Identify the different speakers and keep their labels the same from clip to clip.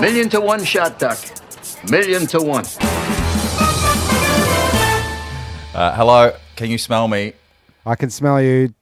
Speaker 1: Million to one shot, Doc. Million to one.
Speaker 2: Uh, hello, can you smell me?
Speaker 3: I can smell you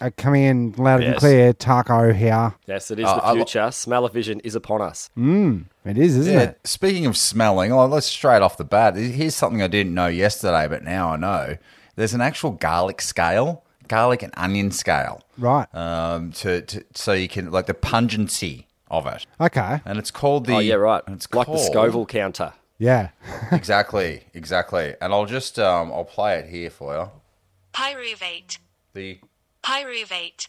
Speaker 3: uh, coming in loud and
Speaker 4: Yes.
Speaker 3: clear, Taco here.
Speaker 4: Yes, it is
Speaker 2: Uh, I
Speaker 4: the
Speaker 2: lo-
Speaker 4: future. Smell-o-vision is upon us. Oh,
Speaker 3: It is, isn't
Speaker 2: Yeah.
Speaker 3: it?
Speaker 2: Speaking of smelling, oh, let's straight off the bat. Here's something I didn't know yesterday, but now I know. There's an actual garlic scale, garlic and onion scale,
Speaker 3: Right.
Speaker 2: um, to, to so you can like the pungency of it,
Speaker 3: okay.
Speaker 2: and it's called the.
Speaker 4: Oh, yeah, right.
Speaker 2: and It's
Speaker 4: like the
Speaker 2: called-
Speaker 4: Scoville counter.
Speaker 3: Yeah.
Speaker 2: Exactly, exactly. And I'll just um, I'll play it here for you.
Speaker 5: Pyruvate.
Speaker 2: The
Speaker 5: Pyruvate.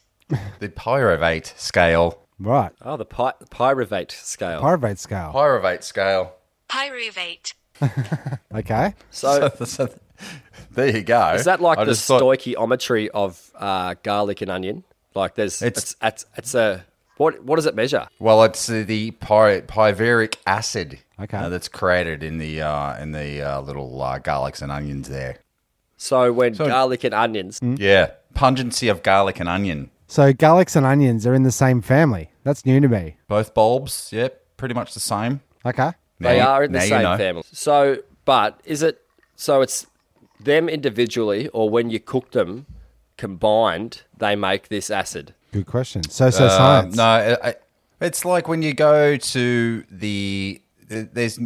Speaker 2: the pyruvate scale,
Speaker 3: Right.
Speaker 4: Oh, the py- pyruvate
Speaker 2: Oh.
Speaker 4: scale.
Speaker 3: Pyruvate scale.
Speaker 2: pyruvate scale.
Speaker 5: Pyruvate.
Speaker 3: Okay.
Speaker 4: so
Speaker 2: So there you go.
Speaker 4: is that like
Speaker 2: I
Speaker 4: the
Speaker 2: just thought-
Speaker 4: stoichiometry of uh, garlic and onion? Like there's
Speaker 2: It's-
Speaker 4: it's it's, it's, a what what does it measure?
Speaker 2: Well, it's uh, the py- pyruvaric acid
Speaker 3: Okay.
Speaker 2: uh, that's created in the uh, in the uh, little uh, garlics and onions there.
Speaker 4: So when garlic and onions,
Speaker 2: Yeah, pungency of garlic and onion,
Speaker 3: So garlics and onions are in the same family. That's new to me.
Speaker 2: both bulbs. Yep, pretty much the same.
Speaker 3: Okay.
Speaker 4: they
Speaker 2: Now you-
Speaker 4: are in the
Speaker 2: now you
Speaker 4: same
Speaker 2: know.
Speaker 4: family. So, but is it so it's them individually or when you cook them combined, they make this acid?
Speaker 3: Good question. So so
Speaker 2: Uh,
Speaker 3: science.
Speaker 2: no, I, I, it's like when you go to the there's.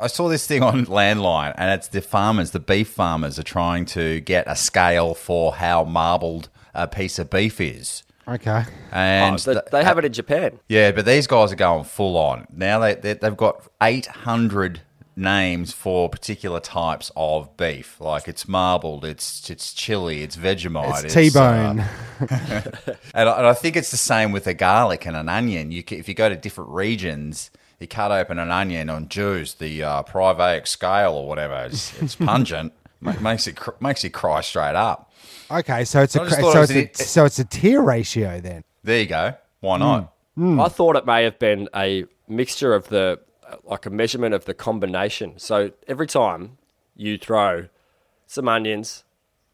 Speaker 2: I saw this thing on Landline, and it's the farmers, the beef farmers, are trying to get a scale for how marbled a piece of beef is,
Speaker 3: Okay.
Speaker 2: and
Speaker 4: Oh, so
Speaker 2: the-
Speaker 4: they have it in Japan.
Speaker 2: Yeah, but these guys are going full on now. They, they they've got eight hundred names for particular types of beef. Like it's marbled, it's it's chili, it's Vegemite,
Speaker 3: It's T-bone.
Speaker 2: uh, and, I, and I think it's the same with a garlic and an onion. You ca if you go to different regions, you cut open an onion on Jews, the uh, privaic scale or whatever. It's, it's pungent, Ma- makes it cr- makes you cry straight up.
Speaker 3: okay. So it's a
Speaker 2: I just
Speaker 3: cra-
Speaker 2: thought
Speaker 3: so
Speaker 2: it was
Speaker 3: it's a,
Speaker 2: an-
Speaker 3: so it's a tier ratio then.
Speaker 2: There you go. Why not?
Speaker 3: Hmm.
Speaker 4: I thought it may have been a mixture of the like a measurement of the combination. So every time you throw some onions,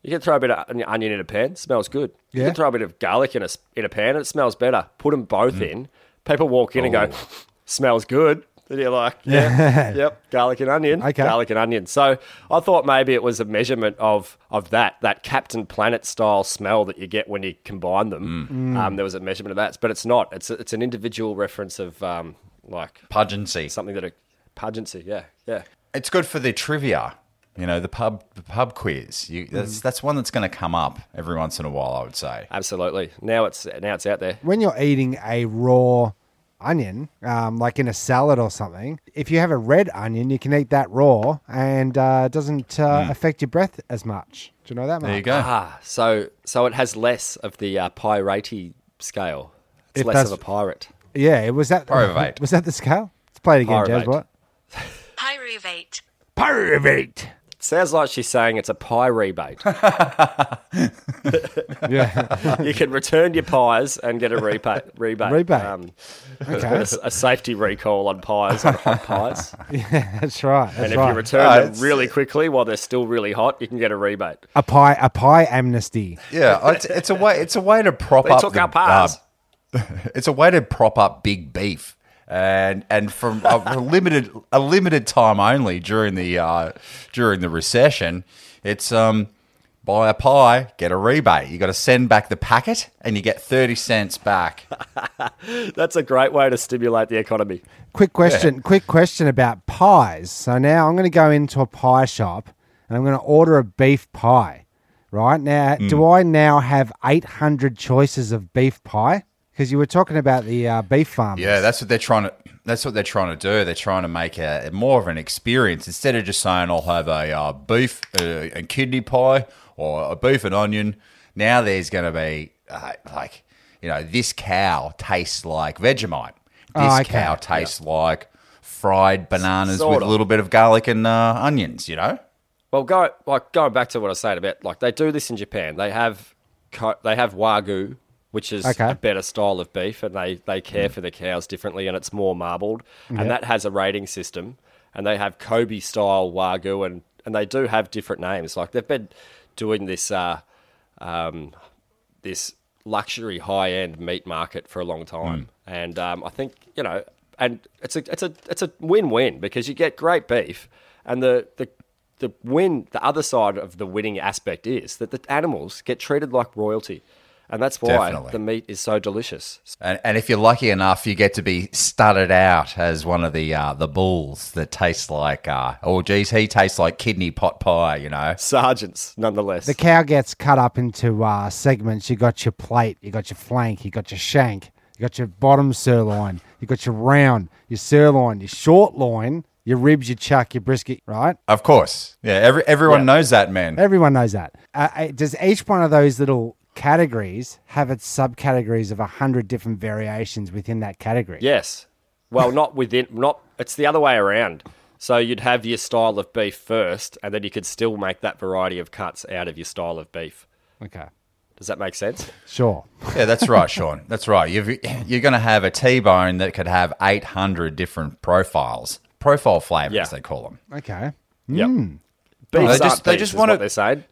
Speaker 4: you can throw a bit of on- onion in a pan, smells good. You
Speaker 3: Yeah.
Speaker 4: can throw a bit of garlic in a s- in a pan, it smells better. Put them both in. People walk in and go, smells good. And you're like, yeah, yep, garlic and onion,
Speaker 3: Okay.
Speaker 4: garlic and onion. So I thought maybe it was a measurement of of that that Captain Planet style smell that you get when you combine them.
Speaker 3: Mm.
Speaker 4: Um, there was a measurement of that, but it's not. It's it's an individual reference of um, like
Speaker 2: Pungency.
Speaker 4: something that a pageancy. Yeah, yeah.
Speaker 2: it's good for the trivia. You know, the pub the pub quiz. You,
Speaker 4: Mm-hmm.
Speaker 2: that's that's one that's going to come up every once in a while. I would say.
Speaker 4: Absolutely. Now it's now it's out there.
Speaker 3: when you're eating a raw onion, um, like in a salad or something, if you have a red onion, you can eat that raw and uh, it doesn't uh,
Speaker 4: Hmm.
Speaker 3: affect your breath as much. Do you know that much?
Speaker 2: There you go.
Speaker 4: Ah, so so it has less of the uh, piratey scale. It's
Speaker 3: It
Speaker 4: less
Speaker 3: does-
Speaker 4: of a pirate.
Speaker 3: Yeah, it was that.
Speaker 2: Pyruvate.
Speaker 3: Was that the scale? Let's play it again, Jazz.
Speaker 4: Pyruvate.
Speaker 3: What?
Speaker 5: Pyruvate.
Speaker 3: Pyruvate.
Speaker 4: Sounds like she's saying it's a pie rebate.
Speaker 3: Yeah.
Speaker 4: you can return your pies and get a rebate. Rebate.
Speaker 3: Rebate.
Speaker 4: a,
Speaker 3: okay.
Speaker 4: s- a safety recall on pies, on hot pies.
Speaker 3: That's right. That's
Speaker 4: and if
Speaker 3: right.
Speaker 4: you return
Speaker 2: Ah,
Speaker 4: them
Speaker 2: it's-
Speaker 4: really quickly while they're still really hot, you can get a rebate.
Speaker 3: a pie, a pie amnesty.
Speaker 2: Yeah, it's, it's a way. It's a way to prop
Speaker 4: They
Speaker 2: up.
Speaker 4: took
Speaker 2: the-
Speaker 4: our pies.
Speaker 2: uh, it's a way to prop up big beef, and and from a, a limited a limited time only during the uh, during the recession, it's um buy a pie, get a rebate. You got to send back the packet, and you get thirty cents back.
Speaker 4: That's a great way to stimulate the economy.
Speaker 3: Quick question. Quick question about pies. So now I'm going to go into a pie shop and I'm going to order a beef pie. Right now,
Speaker 2: Hmm.
Speaker 3: do I now have 800 choices of beef pie? Because you were talking about the uh, beef farmers.
Speaker 2: Yeah, that's what they're trying to. That's what they're trying to do. They're trying to make a more of an experience instead of just saying I'll have a uh, beef uh, and kidney pie or a beef and onion. Now there's going to be uh, like you know this cow tastes like Vegemite. This
Speaker 3: Oh, okay.
Speaker 2: cow tastes like fried bananas
Speaker 4: Sort
Speaker 2: with
Speaker 4: of.
Speaker 2: a little bit of garlic and uh, onions. You know.
Speaker 4: Well, go like going back to what I was saying about like they do this in Japan. They have co- they have wagyu, which is
Speaker 3: Okay.
Speaker 4: a better style of beef, and they they care for the cows differently, and it's more marbled, and that has a rating system. And they have Kobe style wagyu, and and they do have different names. Like they've been doing this uh, um, this luxury high end meat market for a long time, and um, I think you know and it's a it's a it's a win-win because you get great beef, and the the the win the other side of the winning aspect is that the animals get treated like royalty, and that's why
Speaker 2: Definitely.
Speaker 4: the meat is so delicious.
Speaker 2: And, and if you're lucky enough, you get to be studded out as one of the uh, the bulls that taste like, uh, oh, geez, he tastes like kidney pot pie, you know.
Speaker 4: Sergeants, nonetheless.
Speaker 3: The cow gets cut up into uh, segments. You got your plate, you got your flank, you got your shank, you got your bottom sirloin, you got your round, your sirloin, your short loin, your ribs, your chuck, your brisket, right?
Speaker 2: Of course. Yeah, every, everyone knows that, man.
Speaker 3: Everyone knows that. Uh, uh, does each one of those little categories have its subcategories of 100 different variations within that category?
Speaker 4: Yes. Well, not within, not, it's the other way around. So you'd have your style of beef first, and then you could still make that variety of cuts out of your style of beef.
Speaker 3: Okay.
Speaker 4: Does that make sense?
Speaker 3: Sure.
Speaker 2: Yeah, that's right, Sean. That's right. You've, you're going to have a T-bone that could have 800 different profiles, profile flavors,
Speaker 4: Yeah.
Speaker 2: they call them.
Speaker 3: Okay.
Speaker 4: Yep. Hmm. Beef
Speaker 2: No,
Speaker 4: they just, they just want
Speaker 2: wanna-
Speaker 4: what they're saying.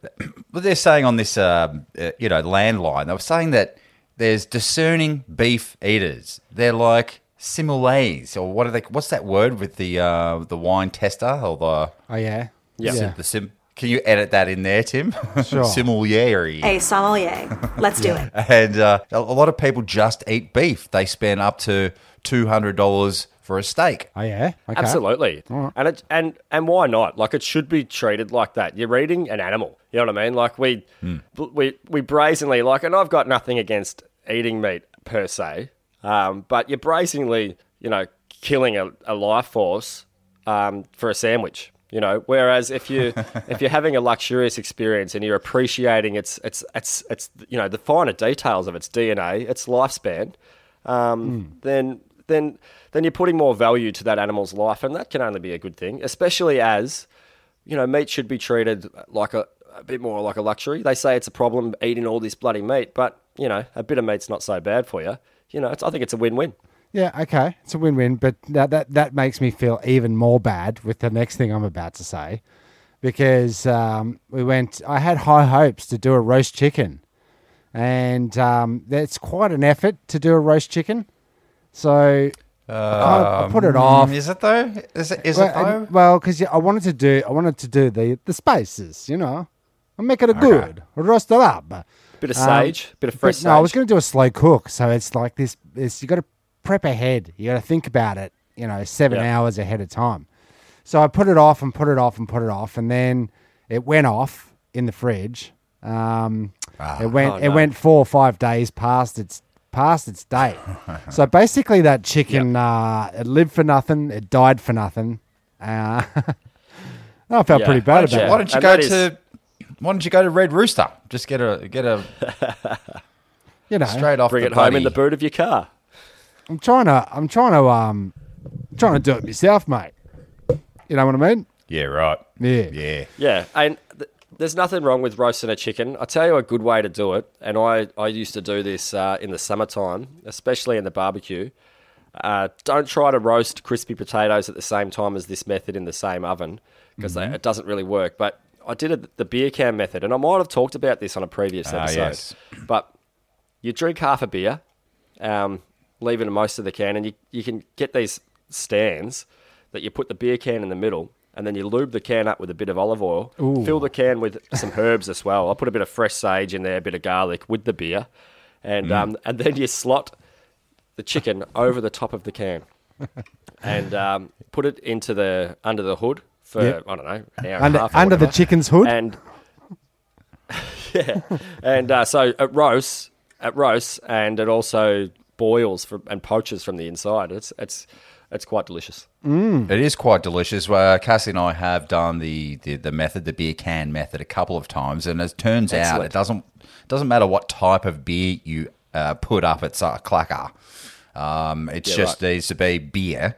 Speaker 2: But they're saying on this, um, uh, you know, landline, they were saying that there's discerning beef eaters. They're like similes, or what are they? What's that word with the uh, the wine tester or the
Speaker 3: Oh, yeah.
Speaker 4: Yeah.
Speaker 2: the sim? Can you edit that in there, Tim?
Speaker 3: Sure.
Speaker 2: Similarity.
Speaker 6: A sommelier. Let's do it.
Speaker 2: And uh, a a lot of people just eat beef. They spend up to two hundred dollars for a steak.
Speaker 3: Oh, yeah. Okay.
Speaker 4: Absolutely. And it and and why not? Like it should be treated like that. You're eating an animal. You know what I mean? Like we b- we we brazenly like and I've got nothing against eating meat per se. Um, but you're brazenly, you know, killing a, a life force um, for a sandwich. You know, whereas if you if you're having a luxurious experience and you're appreciating its its its its you know the finer details of its DNA, its lifespan, um,
Speaker 3: Hmm.
Speaker 4: then then then you're putting more value to that animal's life, and that can only be a good thing. Especially as you know, meat should be treated like a, a bit more like a luxury. They say it's a problem eating all this bloody meat, but you know, a bit of meat's not so bad for you. You know, it's, I think it's a win-win.
Speaker 3: Yeah, okay. It's a win win, but that, that, that makes me feel even more bad with the next thing I'm about to say because um, we went, I had high hopes to do a roast chicken, and um, that's quite an effort to do a roast chicken. So I, I put
Speaker 4: Um,
Speaker 3: it off.
Speaker 2: Mm, Is it though? Is it? Is it
Speaker 3: Well,
Speaker 2: though?
Speaker 3: and- well, because I wanted to do, I wanted to do the the spices, you know, and make it a good roast it up.
Speaker 4: Bit of
Speaker 3: Um,
Speaker 4: sage, bit of
Speaker 3: but
Speaker 4: fresh sage.
Speaker 3: No, I was going to do a slow cook, so it's like this. This you got to prep ahead. You got to think about it. You know, seven
Speaker 4: Yeah.
Speaker 3: hours ahead of time. So I put it off and put it off and put it off, and then it went off in the fridge. Um, it went.
Speaker 4: Oh,
Speaker 3: It
Speaker 4: no.
Speaker 3: went four or five days past its past its date. so basically, that chicken uh, it lived for nothing. It died for nothing. Uh, I felt
Speaker 4: Yeah.
Speaker 3: pretty bad
Speaker 4: Don't you-
Speaker 3: about
Speaker 2: Why
Speaker 3: it.
Speaker 2: don't you
Speaker 4: And
Speaker 2: go
Speaker 4: that is-
Speaker 2: to? Why don't you go to Red Rooster? Just get a get a
Speaker 3: You know,
Speaker 2: straight off.
Speaker 4: Bring
Speaker 2: the
Speaker 4: it home in the
Speaker 2: bloody-
Speaker 4: boot of your car.
Speaker 3: I'm trying to. I'm trying to. Um, trying to do it myself, mate. You know what I mean?
Speaker 2: Yeah, right.
Speaker 3: Yeah.
Speaker 2: Yeah.
Speaker 4: Yeah, and th- there's nothing wrong with roasting a chicken. I tell you a good way to do it, and I, I used to do this uh, in the summertime, especially in the barbecue. Uh, don't try to roast crispy potatoes at the same time as this method in the same oven because it doesn't really work. But I did it the beer can method, and I might have talked about this on a previous episode.
Speaker 2: yes.
Speaker 4: But you drink half a beer, um, leaving most of the can, and you, you can get these stands that you put the beer can in the middle, and then you lube the can up with a bit of olive oil, fill the can with some herbs as well. I put a bit of fresh sage in there, a bit of garlic with the beer, and
Speaker 3: Mm.
Speaker 4: um, and then you slot the chicken over the top of the can, and um, put it into the under the hood for
Speaker 3: Yep.
Speaker 4: I don't know an hour and a
Speaker 3: Under,
Speaker 4: half or
Speaker 3: under the
Speaker 4: whatever
Speaker 3: chicken's hood.
Speaker 4: and yeah, and uh, so it roasts, it roasts, and it also boils from and poaches from the inside. It's it's it's quite delicious.
Speaker 2: It is quite delicious. Uh, Cassie and I have done the, the, the method, the beer can method, a couple of times, and as it turns out,
Speaker 4: Excellent.
Speaker 2: it doesn't doesn't matter what type of beer you uh, put up. It's a clacker. Um, it
Speaker 4: Yeah,
Speaker 2: just needs to be beer,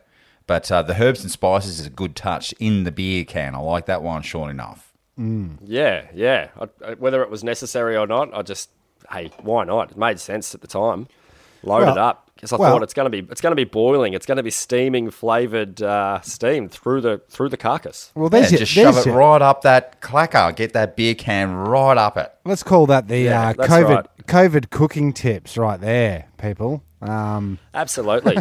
Speaker 2: but uh, the herbs and spices is a good touch in the beer can. I like that one, Sean. Enough.
Speaker 4: Yeah, yeah. I, I- whether it was necessary or not, I just hey, why not? It made sense at the time. Load
Speaker 3: Well-
Speaker 4: it up because I
Speaker 3: well-
Speaker 4: thought it's gonna be it's gonna be boiling. It's gonna be steaming flavored uh, steam through the through the carcass.
Speaker 3: well,
Speaker 2: Yeah,
Speaker 3: there's your,
Speaker 2: just shove
Speaker 3: there's
Speaker 2: it
Speaker 3: your-
Speaker 2: right up that clacker. Get that beer can right up it.
Speaker 3: Let's call that the
Speaker 4: Yeah,
Speaker 3: uh,
Speaker 4: that's
Speaker 3: COVID
Speaker 4: right.
Speaker 3: COVID cooking tips right there, people. Um,
Speaker 4: Absolutely.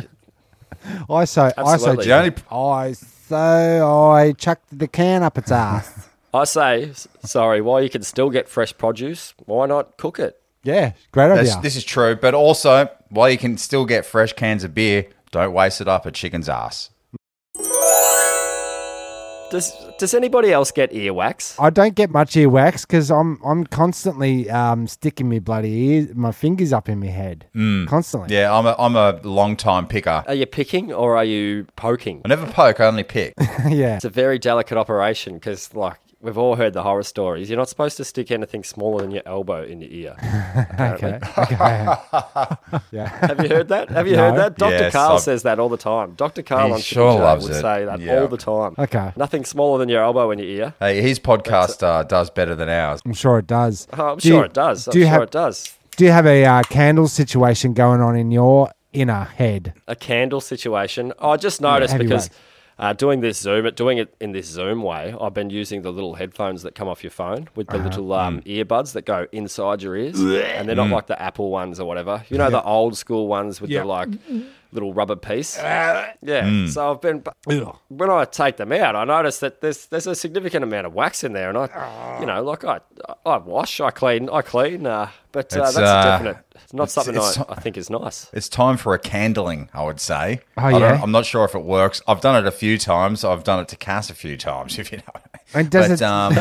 Speaker 3: I so
Speaker 4: Absolutely.
Speaker 2: The only
Speaker 3: I so I so I chucked the can up its ass.
Speaker 4: I say, s- sorry, while you can still get fresh produce, why not cook it?
Speaker 3: yeah, great
Speaker 2: that's,
Speaker 3: idea.
Speaker 2: this is true, but also while you can still get fresh cans of beer, don't waste it up a chicken's ass.
Speaker 4: Does Does anybody else get earwax?
Speaker 3: I don't get much earwax because I'm I'm constantly um, sticking my bloody ears, my fingers up in my head, constantly.
Speaker 2: Yeah, I'm a I'm a long time picker.
Speaker 4: Are you picking or are you poking?
Speaker 2: I never poke, I only pick.
Speaker 3: yeah.
Speaker 4: It's a very delicate operation because, like, we've all heard the horror stories. You're not supposed to stick anything smaller than your elbow in your ear. apparently. Have you heard that? Have you heard
Speaker 3: No.
Speaker 4: that? Dr.
Speaker 2: Yes,
Speaker 4: Carl
Speaker 2: I've-
Speaker 4: says that all the time. Dr. Carl
Speaker 2: He
Speaker 4: on
Speaker 2: sure
Speaker 4: Chicken Show
Speaker 2: loves
Speaker 4: would
Speaker 2: it.
Speaker 4: say that
Speaker 2: Yeah.
Speaker 4: all the time.
Speaker 3: Okay.
Speaker 4: Nothing smaller than your elbow in your ear.
Speaker 2: hey, his podcast uh, does better than ours.
Speaker 3: I'm sure it does.
Speaker 4: Oh, I'm
Speaker 3: Do
Speaker 4: sure
Speaker 3: you-
Speaker 4: it does. I'm
Speaker 3: do you
Speaker 4: sure
Speaker 3: have
Speaker 4: it does.
Speaker 3: do you have a uh, candle situation going on in your inner head?
Speaker 4: A candle situation. I just noticed
Speaker 3: heavy
Speaker 4: because
Speaker 3: wax.
Speaker 4: uh, doing this Zoom, doing it in this Zoom way, I've been using the little headphones that come off your phone with the little
Speaker 2: Uh-huh.
Speaker 4: um,
Speaker 2: Mm.
Speaker 4: earbuds that go inside your ears, and they're not like the Apple ones or whatever. You know the old school ones with the like little rubber piece.
Speaker 2: Ah.
Speaker 4: Yeah.
Speaker 2: Mm.
Speaker 4: So I've been when I take them out, I notice that there's there's a significant amount of wax in there, and
Speaker 2: Ah.
Speaker 4: I, you know, like I I wash, I clean, I clean, uh, but uh,
Speaker 2: It's,
Speaker 4: that's
Speaker 2: uh,
Speaker 4: definite. It's not
Speaker 2: it's-
Speaker 4: something
Speaker 2: it's-
Speaker 4: I, I think is nice.
Speaker 2: It's time for a candling, I would say.
Speaker 3: Oh,
Speaker 2: I don't-
Speaker 3: yeah?
Speaker 2: I'm not sure if it works. I've done it a few times. I've done it to Cass a few times, if you know what I mean.
Speaker 3: And does
Speaker 2: but,
Speaker 3: it-
Speaker 2: Um,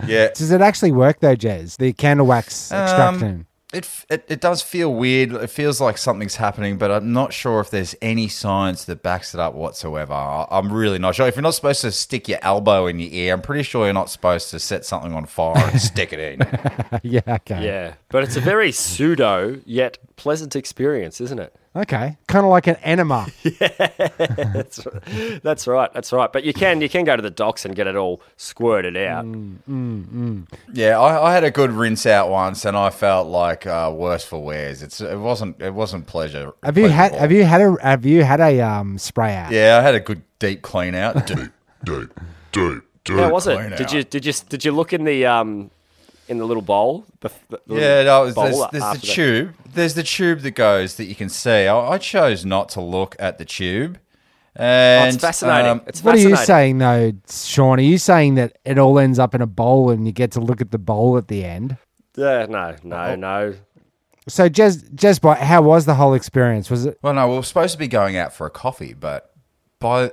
Speaker 2: yeah.
Speaker 3: Does it actually work though, Jez? The candle wax extraction.
Speaker 2: Um, it, f- it, it does feel weird. It feels like something's happening, but I'm not sure if there's any science that backs it up whatsoever. I, I'm really not sure. If you're not supposed to stick your elbow in your ear, I'm pretty sure you're not supposed to set something on fire and stick it in.
Speaker 3: yeah. Okay.
Speaker 4: Yeah, but it's a very pseudo yet pleasant experience, isn't it?
Speaker 3: Okay. Kind of like an enema.
Speaker 4: That's that's right, that's right. But you can you can go to the docks and get it all squirted out.
Speaker 2: Yeah, I, I had a good rinse out once, and I felt like uh, worse for wears. It's it wasn't it wasn't pleasure.
Speaker 3: Have you had
Speaker 2: pleasurable.
Speaker 3: Have you had a Have you had a um spray out?
Speaker 2: Yeah, I had a good deep clean out. Dude,
Speaker 7: Deep, deep, deep.
Speaker 4: How was
Speaker 2: clean
Speaker 4: it? Did
Speaker 2: out.
Speaker 4: you did you did you look in the um in the little bowl? The, the little
Speaker 2: yeah, no, it was-
Speaker 4: bowl
Speaker 2: there's, there's the
Speaker 4: after that?
Speaker 2: tube. There's the tube that goes that you can see. I, I chose not to look at the tube.
Speaker 4: Oh,
Speaker 2: And
Speaker 4: it's fascinating.
Speaker 2: um,
Speaker 4: it's
Speaker 3: What are
Speaker 4: fascinating.
Speaker 3: you saying though, Sean? Are you saying that it all ends up in a bowl and you get to look at the bowl at the end?
Speaker 4: Yeah, no,
Speaker 2: Oh.
Speaker 4: no, no.
Speaker 3: So, Jez, Jez, Boy, how was the whole experience? Was it
Speaker 2: well, no, we were supposed to be going out for a coffee, but by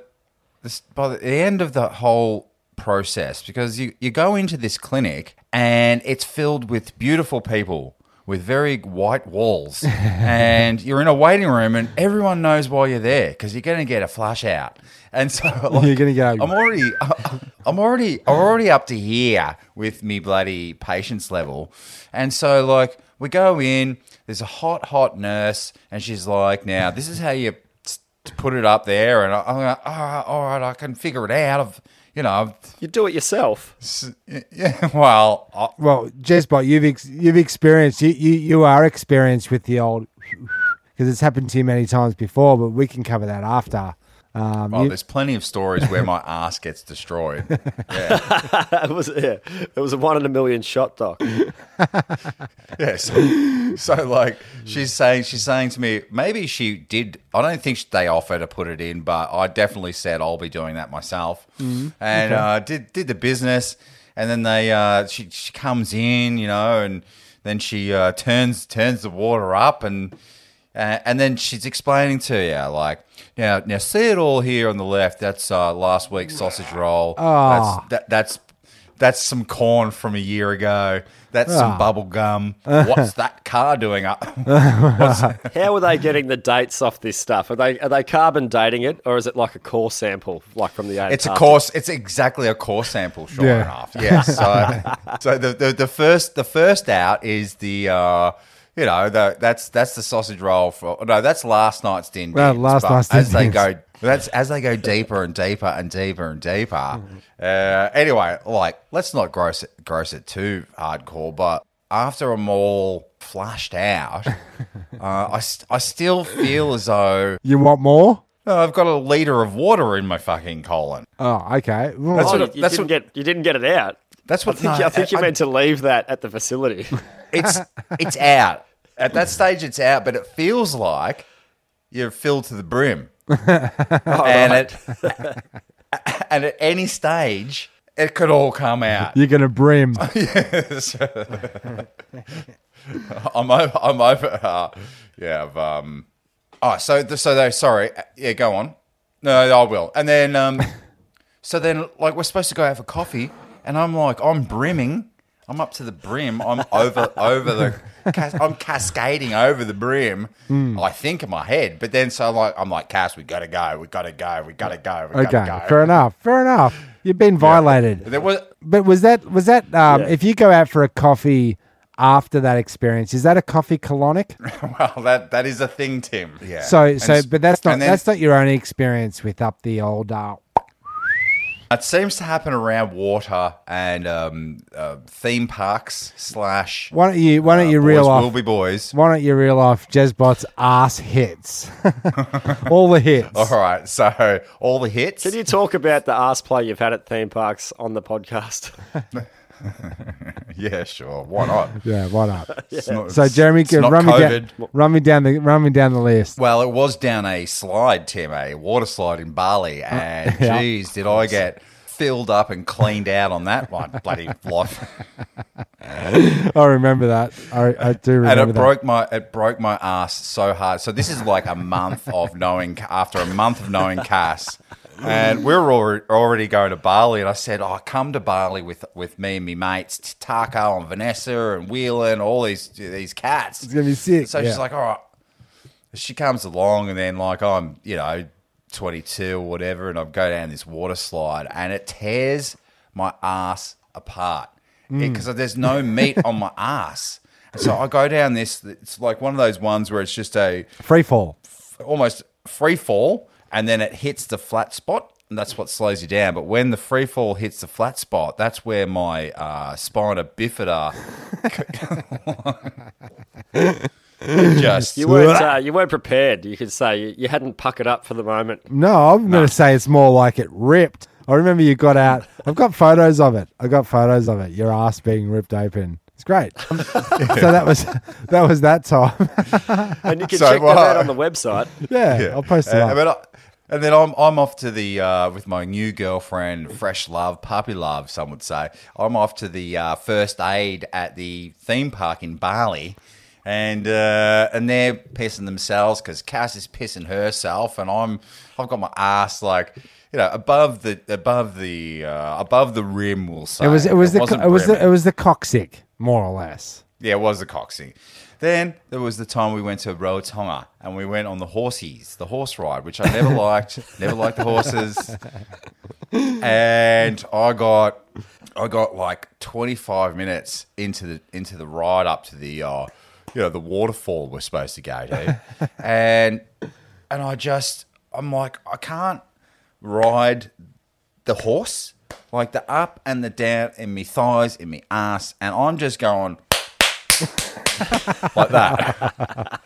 Speaker 2: this, by the end of the whole process, because you, you go into this clinic and it's filled with beautiful people with very white walls, and you're in a waiting room, and everyone knows why you're there because you're going to get a flash out, and so like,
Speaker 3: You're gonna go-
Speaker 2: I'm already, I'm already, I'm already up to here with me bloody patience level, and so like we go in, there's a hot, hot nurse, and she's like, now this is how you to put it up there, and I, I'm like, all right, all right, I can figure it out. I've, you know, I've,
Speaker 4: You do it yourself.
Speaker 2: yeah, well, I,
Speaker 3: well, Jez, Boy, you've ex- you've experienced you, you you are experienced with the old because it's happened to you many times before, but we can cover that after. Um,
Speaker 2: well,
Speaker 3: you-
Speaker 2: there's plenty of stories where my ass gets destroyed.
Speaker 4: it was yeah, it was a one in a million shot doc.
Speaker 2: Yeah, so, so like she's saying, she's saying to me, maybe she did. I don't think they offer to put it in, but I definitely said I'll be doing that myself, and uh, did did the business, and then they uh, she she comes in, you know, and then she uh, turns turns the water up and. Uh, and then she's explaining to you, like, now, now, see it all here on the left. That's uh, last week's sausage roll. That's, that, that's that's some corn from a year ago. That's some bubble gum. What's that car doing up? What's,
Speaker 4: How are they getting the dates off this stuff? Are they are they carbon dating it, or is it like a core sample, like from the
Speaker 2: it's a
Speaker 4: Antarctic?
Speaker 2: course. It's exactly a core sample. Sure
Speaker 3: Yeah.
Speaker 2: enough. Yeah. So, so the, the the first the first out is the. Uh, you know, the, that's that's the sausage roll for no, that's last night's din.
Speaker 3: Well,
Speaker 2: dins,
Speaker 3: last
Speaker 2: but
Speaker 3: night's din
Speaker 2: as they
Speaker 3: dins.
Speaker 2: go, that's as they go deeper and deeper and deeper and deeper. Uh, anyway, like let's not gross it gross it too hardcore, but after I'm all flushed out, uh, I st- I still feel as though
Speaker 3: you want more?
Speaker 2: oh, I've got a liter of water in my fucking colon.
Speaker 3: Oh, okay. Well,
Speaker 2: That's what
Speaker 4: Oh, you,
Speaker 2: I-
Speaker 4: you
Speaker 2: that's
Speaker 4: didn't
Speaker 2: what-
Speaker 4: get you didn't get it out.
Speaker 2: That's what
Speaker 4: I think,
Speaker 2: no,
Speaker 4: I think you
Speaker 2: I-
Speaker 4: meant to leave that at the facility.
Speaker 2: It's it's out at that stage. It's out, but it feels like you're filled to the brim. Oh, and it and at any stage it could all come out.
Speaker 3: You're gonna brim.
Speaker 2: Yes. I'm over. I'm over. Uh, yeah. I've, um. Oh, so th- so though. Sorry. Yeah. Go on. No, I will. And then um. So then, like, we're supposed to go have a coffee, and I'm like, I'm brimming. I'm up to the brim. I'm over over the. Cas- I'm cascading over the brim.
Speaker 3: Hmm.
Speaker 2: I think in my head, but then so like I'm like, Cass, we gotta go. We gotta go. We gotta go. We gotta
Speaker 3: Okay,
Speaker 2: go.
Speaker 3: fair enough. Fair enough. You've been violated.
Speaker 2: There was
Speaker 3: But was that was that um,
Speaker 4: Yeah.
Speaker 3: if you go out for a coffee after that experience, is that a coffee colonic?
Speaker 2: well that that is a thing, Tim. Yeah.
Speaker 3: So
Speaker 2: And
Speaker 3: so
Speaker 2: s-
Speaker 3: but that's not
Speaker 2: and then-
Speaker 3: that's not your only experience with up the old uh,
Speaker 2: It seems to happen around water and um, uh, theme parks slash.
Speaker 3: why don't you why don't
Speaker 2: uh,
Speaker 3: you
Speaker 2: boys
Speaker 3: reel
Speaker 2: Will
Speaker 3: off
Speaker 2: be boys.
Speaker 3: why don't you reel off Jezbot's ass hits? All the hits.
Speaker 2: All right, so all the hits.
Speaker 4: Can you talk about the ass play you've had at theme parks on the podcast?
Speaker 2: Yeah, sure. Why not?
Speaker 3: Yeah, why not?
Speaker 2: It's not-
Speaker 3: So Jeremy
Speaker 2: it's
Speaker 3: can
Speaker 2: not
Speaker 3: run me
Speaker 2: COVID.
Speaker 3: down run me down the run me down the list.
Speaker 2: Well, it was down a slide, Tim, a water slide in Bali, and
Speaker 3: Uh, yeah.
Speaker 2: geez, did I get filled up and cleaned out on that one bloody life.
Speaker 3: I remember that. I, I do remember
Speaker 2: and it
Speaker 3: that.
Speaker 2: broke my it broke my ass so hard. So this is like a month of knowing after a month of knowing Cass, and we were alre- already going to Bali. And I said, "Oh, come to Bali with with me and me mates, T- Taco and Vanessa and Whelan, all these these cats. It's
Speaker 3: gonna be sick,
Speaker 2: So
Speaker 3: yeah.
Speaker 2: she's like, "All right." She comes along, and then like I'm, you know, 22 or whatever, and I go down this water slide, and it tears my ass apart
Speaker 3: Mm.
Speaker 2: because there's no meat on my ass. And so I go down this. It's like one of those ones where it's just a
Speaker 3: Free fall.
Speaker 2: almost free fall, and then it hits the flat spot, and that's what slows you down. But when the free fall hits the flat spot, that's where my uh, spina bifida just
Speaker 4: You weren't, uh, you weren't prepared. You could say you, you hadn't puckered up for the moment.
Speaker 3: No, I'm going to say it's more like it ripped. I remember you got out. I've got photos of it. I've got photos of it. Your ass being ripped open. It's great. so that was that was that time.
Speaker 4: And you can
Speaker 2: So,
Speaker 4: check
Speaker 2: well,
Speaker 4: that out on the website.
Speaker 3: yeah, I'll post it.
Speaker 2: Uh,
Speaker 3: up.
Speaker 2: but I- and then I'm I'm off to the uh, with my new girlfriend, fresh love, puppy love, some would say. I'm off to the uh, first aid at the theme park in Bali, and uh, and they're pissing themselves because Cass is pissing herself, and I'm I've got my ass like you know above the above the uh, above the rim. We'll say
Speaker 3: it was it was the co-
Speaker 2: wasn't
Speaker 3: it was the,
Speaker 2: brimming.
Speaker 3: it was the coccyx more or less.
Speaker 2: Yeah, it was the coxie. Then there was the time we went to Rotonga and we went on the horsies, the horse ride, which I never liked. Never liked the horses. And I got I got like 25 minutes into the into the ride up to the uh, you know, the waterfall we're supposed to go to. And and I just I'm like I can't ride the horse, like the up and the down in me thighs, in me ass, and I'm just going like that.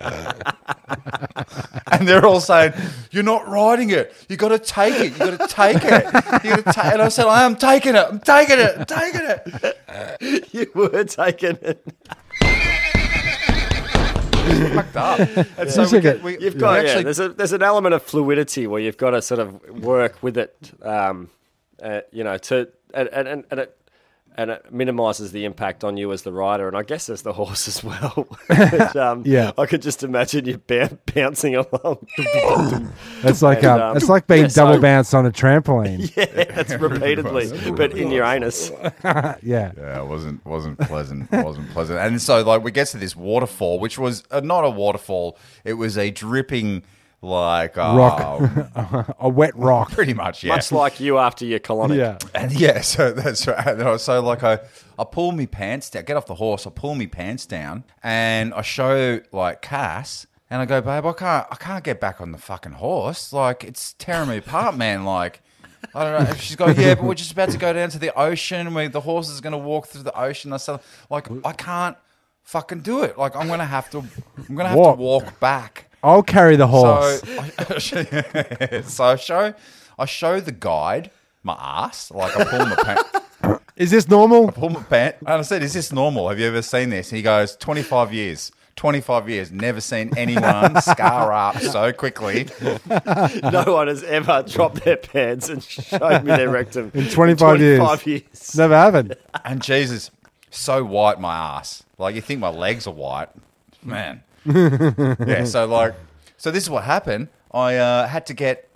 Speaker 2: and they're all saying, "You're not riding it. You got to take it. You got to take it." You gotta ta-" And I said, "I am taking it. I'm taking it. I'm taking it."
Speaker 4: You were taking it.
Speaker 2: Fucked up. And so
Speaker 3: You
Speaker 2: we,
Speaker 3: should
Speaker 2: get,
Speaker 3: get-
Speaker 2: we,
Speaker 4: You've
Speaker 2: we
Speaker 4: got yeah,
Speaker 2: actually
Speaker 4: there's a there's an element of fluidity where you've got to sort of work with it, um, uh, you know, to and and, and, and it and it minimises the impact on you as the rider, and I guess as the horse as well. Which, um,
Speaker 3: Yeah.
Speaker 4: I could just imagine you bou- bouncing along.
Speaker 3: It's like
Speaker 4: And,
Speaker 3: um,
Speaker 4: um,
Speaker 3: it's like being
Speaker 4: yeah, so-
Speaker 3: double bounced on a trampoline.
Speaker 4: yeah, that's repeatedly, but in your anus.
Speaker 3: Uh, Yeah.
Speaker 2: Yeah, it wasn't wasn't pleasant. wasn't pleasant. And so like we get to this waterfall, which was uh, not a waterfall. It was a dripping like uh,
Speaker 3: Rock. a wet rock.
Speaker 2: pretty much. Yeah.
Speaker 4: Much like you after your colonic.
Speaker 3: Yeah,
Speaker 2: And yeah, so that's right. And I- so like I, I pull me pants down, get off the horse, I pull me pants down, and I show like Cass, and I go, babe, I can't, I can't get back on the fucking horse. Like it's tearing me apart, man. Like. I don't know. And She's going, yeah, but we're just about to go down to the ocean. Where the horse is going to walk through the ocean. I said, like, I can't fucking do it. Like, I'm going to have to, I'm going to have
Speaker 3: Walk.
Speaker 2: to walk back.
Speaker 3: I'll carry the horse.
Speaker 2: So I, so I show, I show the guide my ass, like I pull my pants,
Speaker 3: Is this normal?
Speaker 2: pull my pant, and I said, "Is this normal? Have you ever seen this?" And he goes, "25 years, 25 years, never seen anyone scar up so quickly.
Speaker 4: No one has ever dropped their pants and showed me their rectum in
Speaker 3: 25 years.
Speaker 4: 25 years.
Speaker 3: Never happened.
Speaker 2: And Jesus, so white my ass. Like you think my legs are white, man. yeah. So like, so this is what happened. I uh, had to get.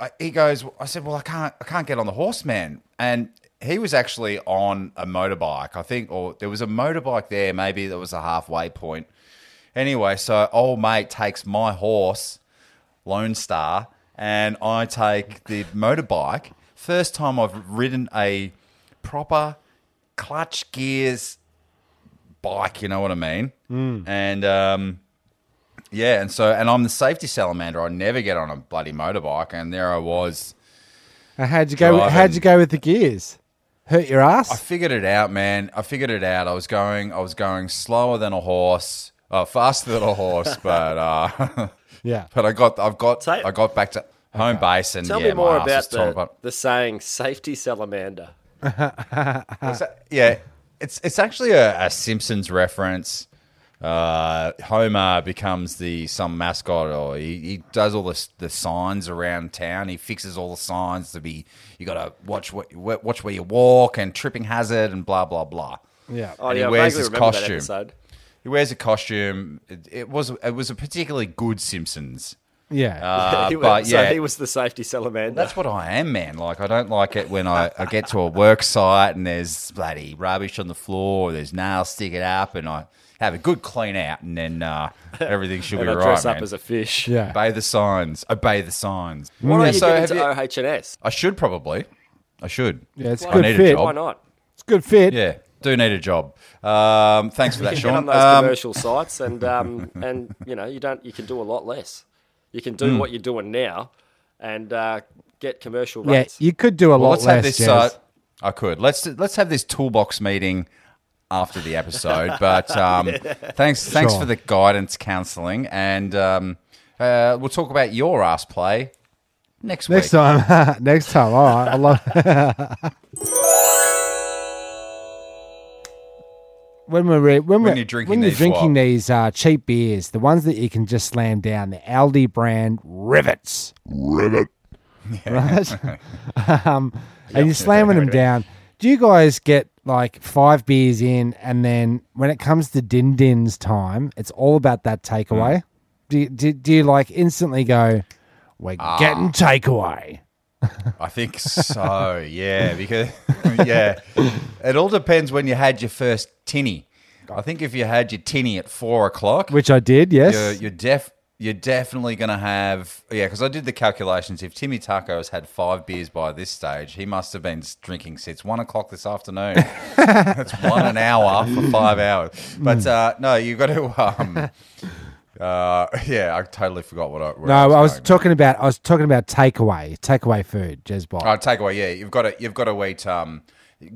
Speaker 2: I, he goes. I said, well, I can't. I can't get on the horseman. And he was actually on a motorbike, I think, or there was a motorbike there. Maybe that was a halfway point. Anyway, so old mate takes my horse, Lone Star, and I take the motorbike. First time I've ridden a proper clutch gears bike, you know what I mean?
Speaker 4: Hmm.
Speaker 2: And um, yeah, and so, and I'm the safety salamander. I never get on a bloody motorbike, and there I was.
Speaker 3: And how'd you go?
Speaker 2: Driving.
Speaker 3: How'd you go with the gears? Hurt your
Speaker 2: I
Speaker 3: ass?
Speaker 2: figured it out, man. I figured it out. I was going, I was going slower than a horse, uh, faster than a horse, but uh,
Speaker 3: yeah.
Speaker 2: but I got, I've got,
Speaker 4: Say-
Speaker 2: I got back to home base, and
Speaker 4: Tell
Speaker 2: yeah,
Speaker 4: me more
Speaker 2: my ass
Speaker 4: about
Speaker 2: is torn
Speaker 4: the,
Speaker 2: apart.
Speaker 4: the saying safety salamander.
Speaker 2: It's a- yeah, it's it's actually a, a Simpsons reference. Uh, Homer becomes the some mascot, or he, he does all the s- the signs around town. He fixes all the signs to be you got to watch what wa- watch where you walk and tripping hazard and blah blah blah.
Speaker 3: Yeah.
Speaker 4: Oh,
Speaker 2: And he
Speaker 4: yeah, I
Speaker 2: wears
Speaker 4: vaguely
Speaker 2: his
Speaker 4: remember that
Speaker 2: costume.
Speaker 4: episode.
Speaker 2: He wears a costume. It, it was it was a particularly good Simpsons,
Speaker 3: Yeah.
Speaker 2: uh,
Speaker 4: He was-
Speaker 2: but yeah,
Speaker 4: So he was the safety salamander.
Speaker 2: that's what I am, man. Like I don't like it when I, I get to a work site and there's bloody rubbish on the floor, or there's nails sticking up, and I have a good clean out, and then uh, everything should be
Speaker 4: and I
Speaker 2: right.
Speaker 4: dress up
Speaker 2: man.
Speaker 4: as a fish.
Speaker 3: yeah.
Speaker 2: obey the signs. Obey the signs.
Speaker 4: Why
Speaker 2: Yeah,
Speaker 4: don't you
Speaker 2: Mm, so
Speaker 4: get
Speaker 2: have
Speaker 4: into
Speaker 2: you-
Speaker 4: OH&S?
Speaker 2: I should probably. I should.
Speaker 3: Yeah, it's a
Speaker 2: I
Speaker 3: good
Speaker 2: need
Speaker 3: fit.
Speaker 2: a job.
Speaker 4: Why not?
Speaker 3: It's a good fit.
Speaker 2: Yeah, do need a job. Um, thanks for that,
Speaker 4: You get on
Speaker 2: Sean.
Speaker 4: those
Speaker 2: Um,
Speaker 4: commercial sites, and um, and you know you don't you can do a lot less. You can
Speaker 2: Mm.
Speaker 4: do what you're doing now, and uh, get commercial
Speaker 3: Yeah,
Speaker 4: rates.
Speaker 3: you could do
Speaker 2: Well,
Speaker 3: a lot
Speaker 2: let's
Speaker 3: less.
Speaker 2: have this.
Speaker 3: Jez.
Speaker 2: Uh, I could. Let's let's have this toolbox meeting after the episode. But um, thanks thanks
Speaker 3: Sure.
Speaker 2: for the guidance, counselling, and um, uh, we'll talk about your ass play next week.
Speaker 3: next time. next time. All right. I love. When we're re- when, we're,
Speaker 2: you're drinking
Speaker 3: when you're
Speaker 2: these,
Speaker 3: drinking
Speaker 2: what?
Speaker 3: these uh, cheap beers, the ones that you can just slam down, the Aldi brand rivets,
Speaker 7: Ribbit.
Speaker 3: right? um, and you're slamming them down. Do you guys get like five beers in, and then when it comes to din din's time, it's all about that takeaway?
Speaker 2: Mm.
Speaker 3: Do, you, do do you like instantly go, we're
Speaker 2: Ah.
Speaker 3: getting takeaway?
Speaker 2: I think so. Yeah, because yeah, it all depends when you had your first tinny. I think if you had your tinny at four o'clock,
Speaker 3: Which I did, yes.
Speaker 2: you're, you're def you're definitely gonna have yeah because i did the calculations if timmy taco has had five beers by this stage he must have been drinking since one o'clock this afternoon that's one an hour for five hours
Speaker 3: Hmm.
Speaker 2: but uh no you've got to um uh yeah i totally forgot what i where
Speaker 3: No, I was
Speaker 2: going.
Speaker 3: talking about I was talking about takeaway, takeaway food, Jez Bob.
Speaker 2: Oh, takeaway. Yeah, you've got to you've got to eat um,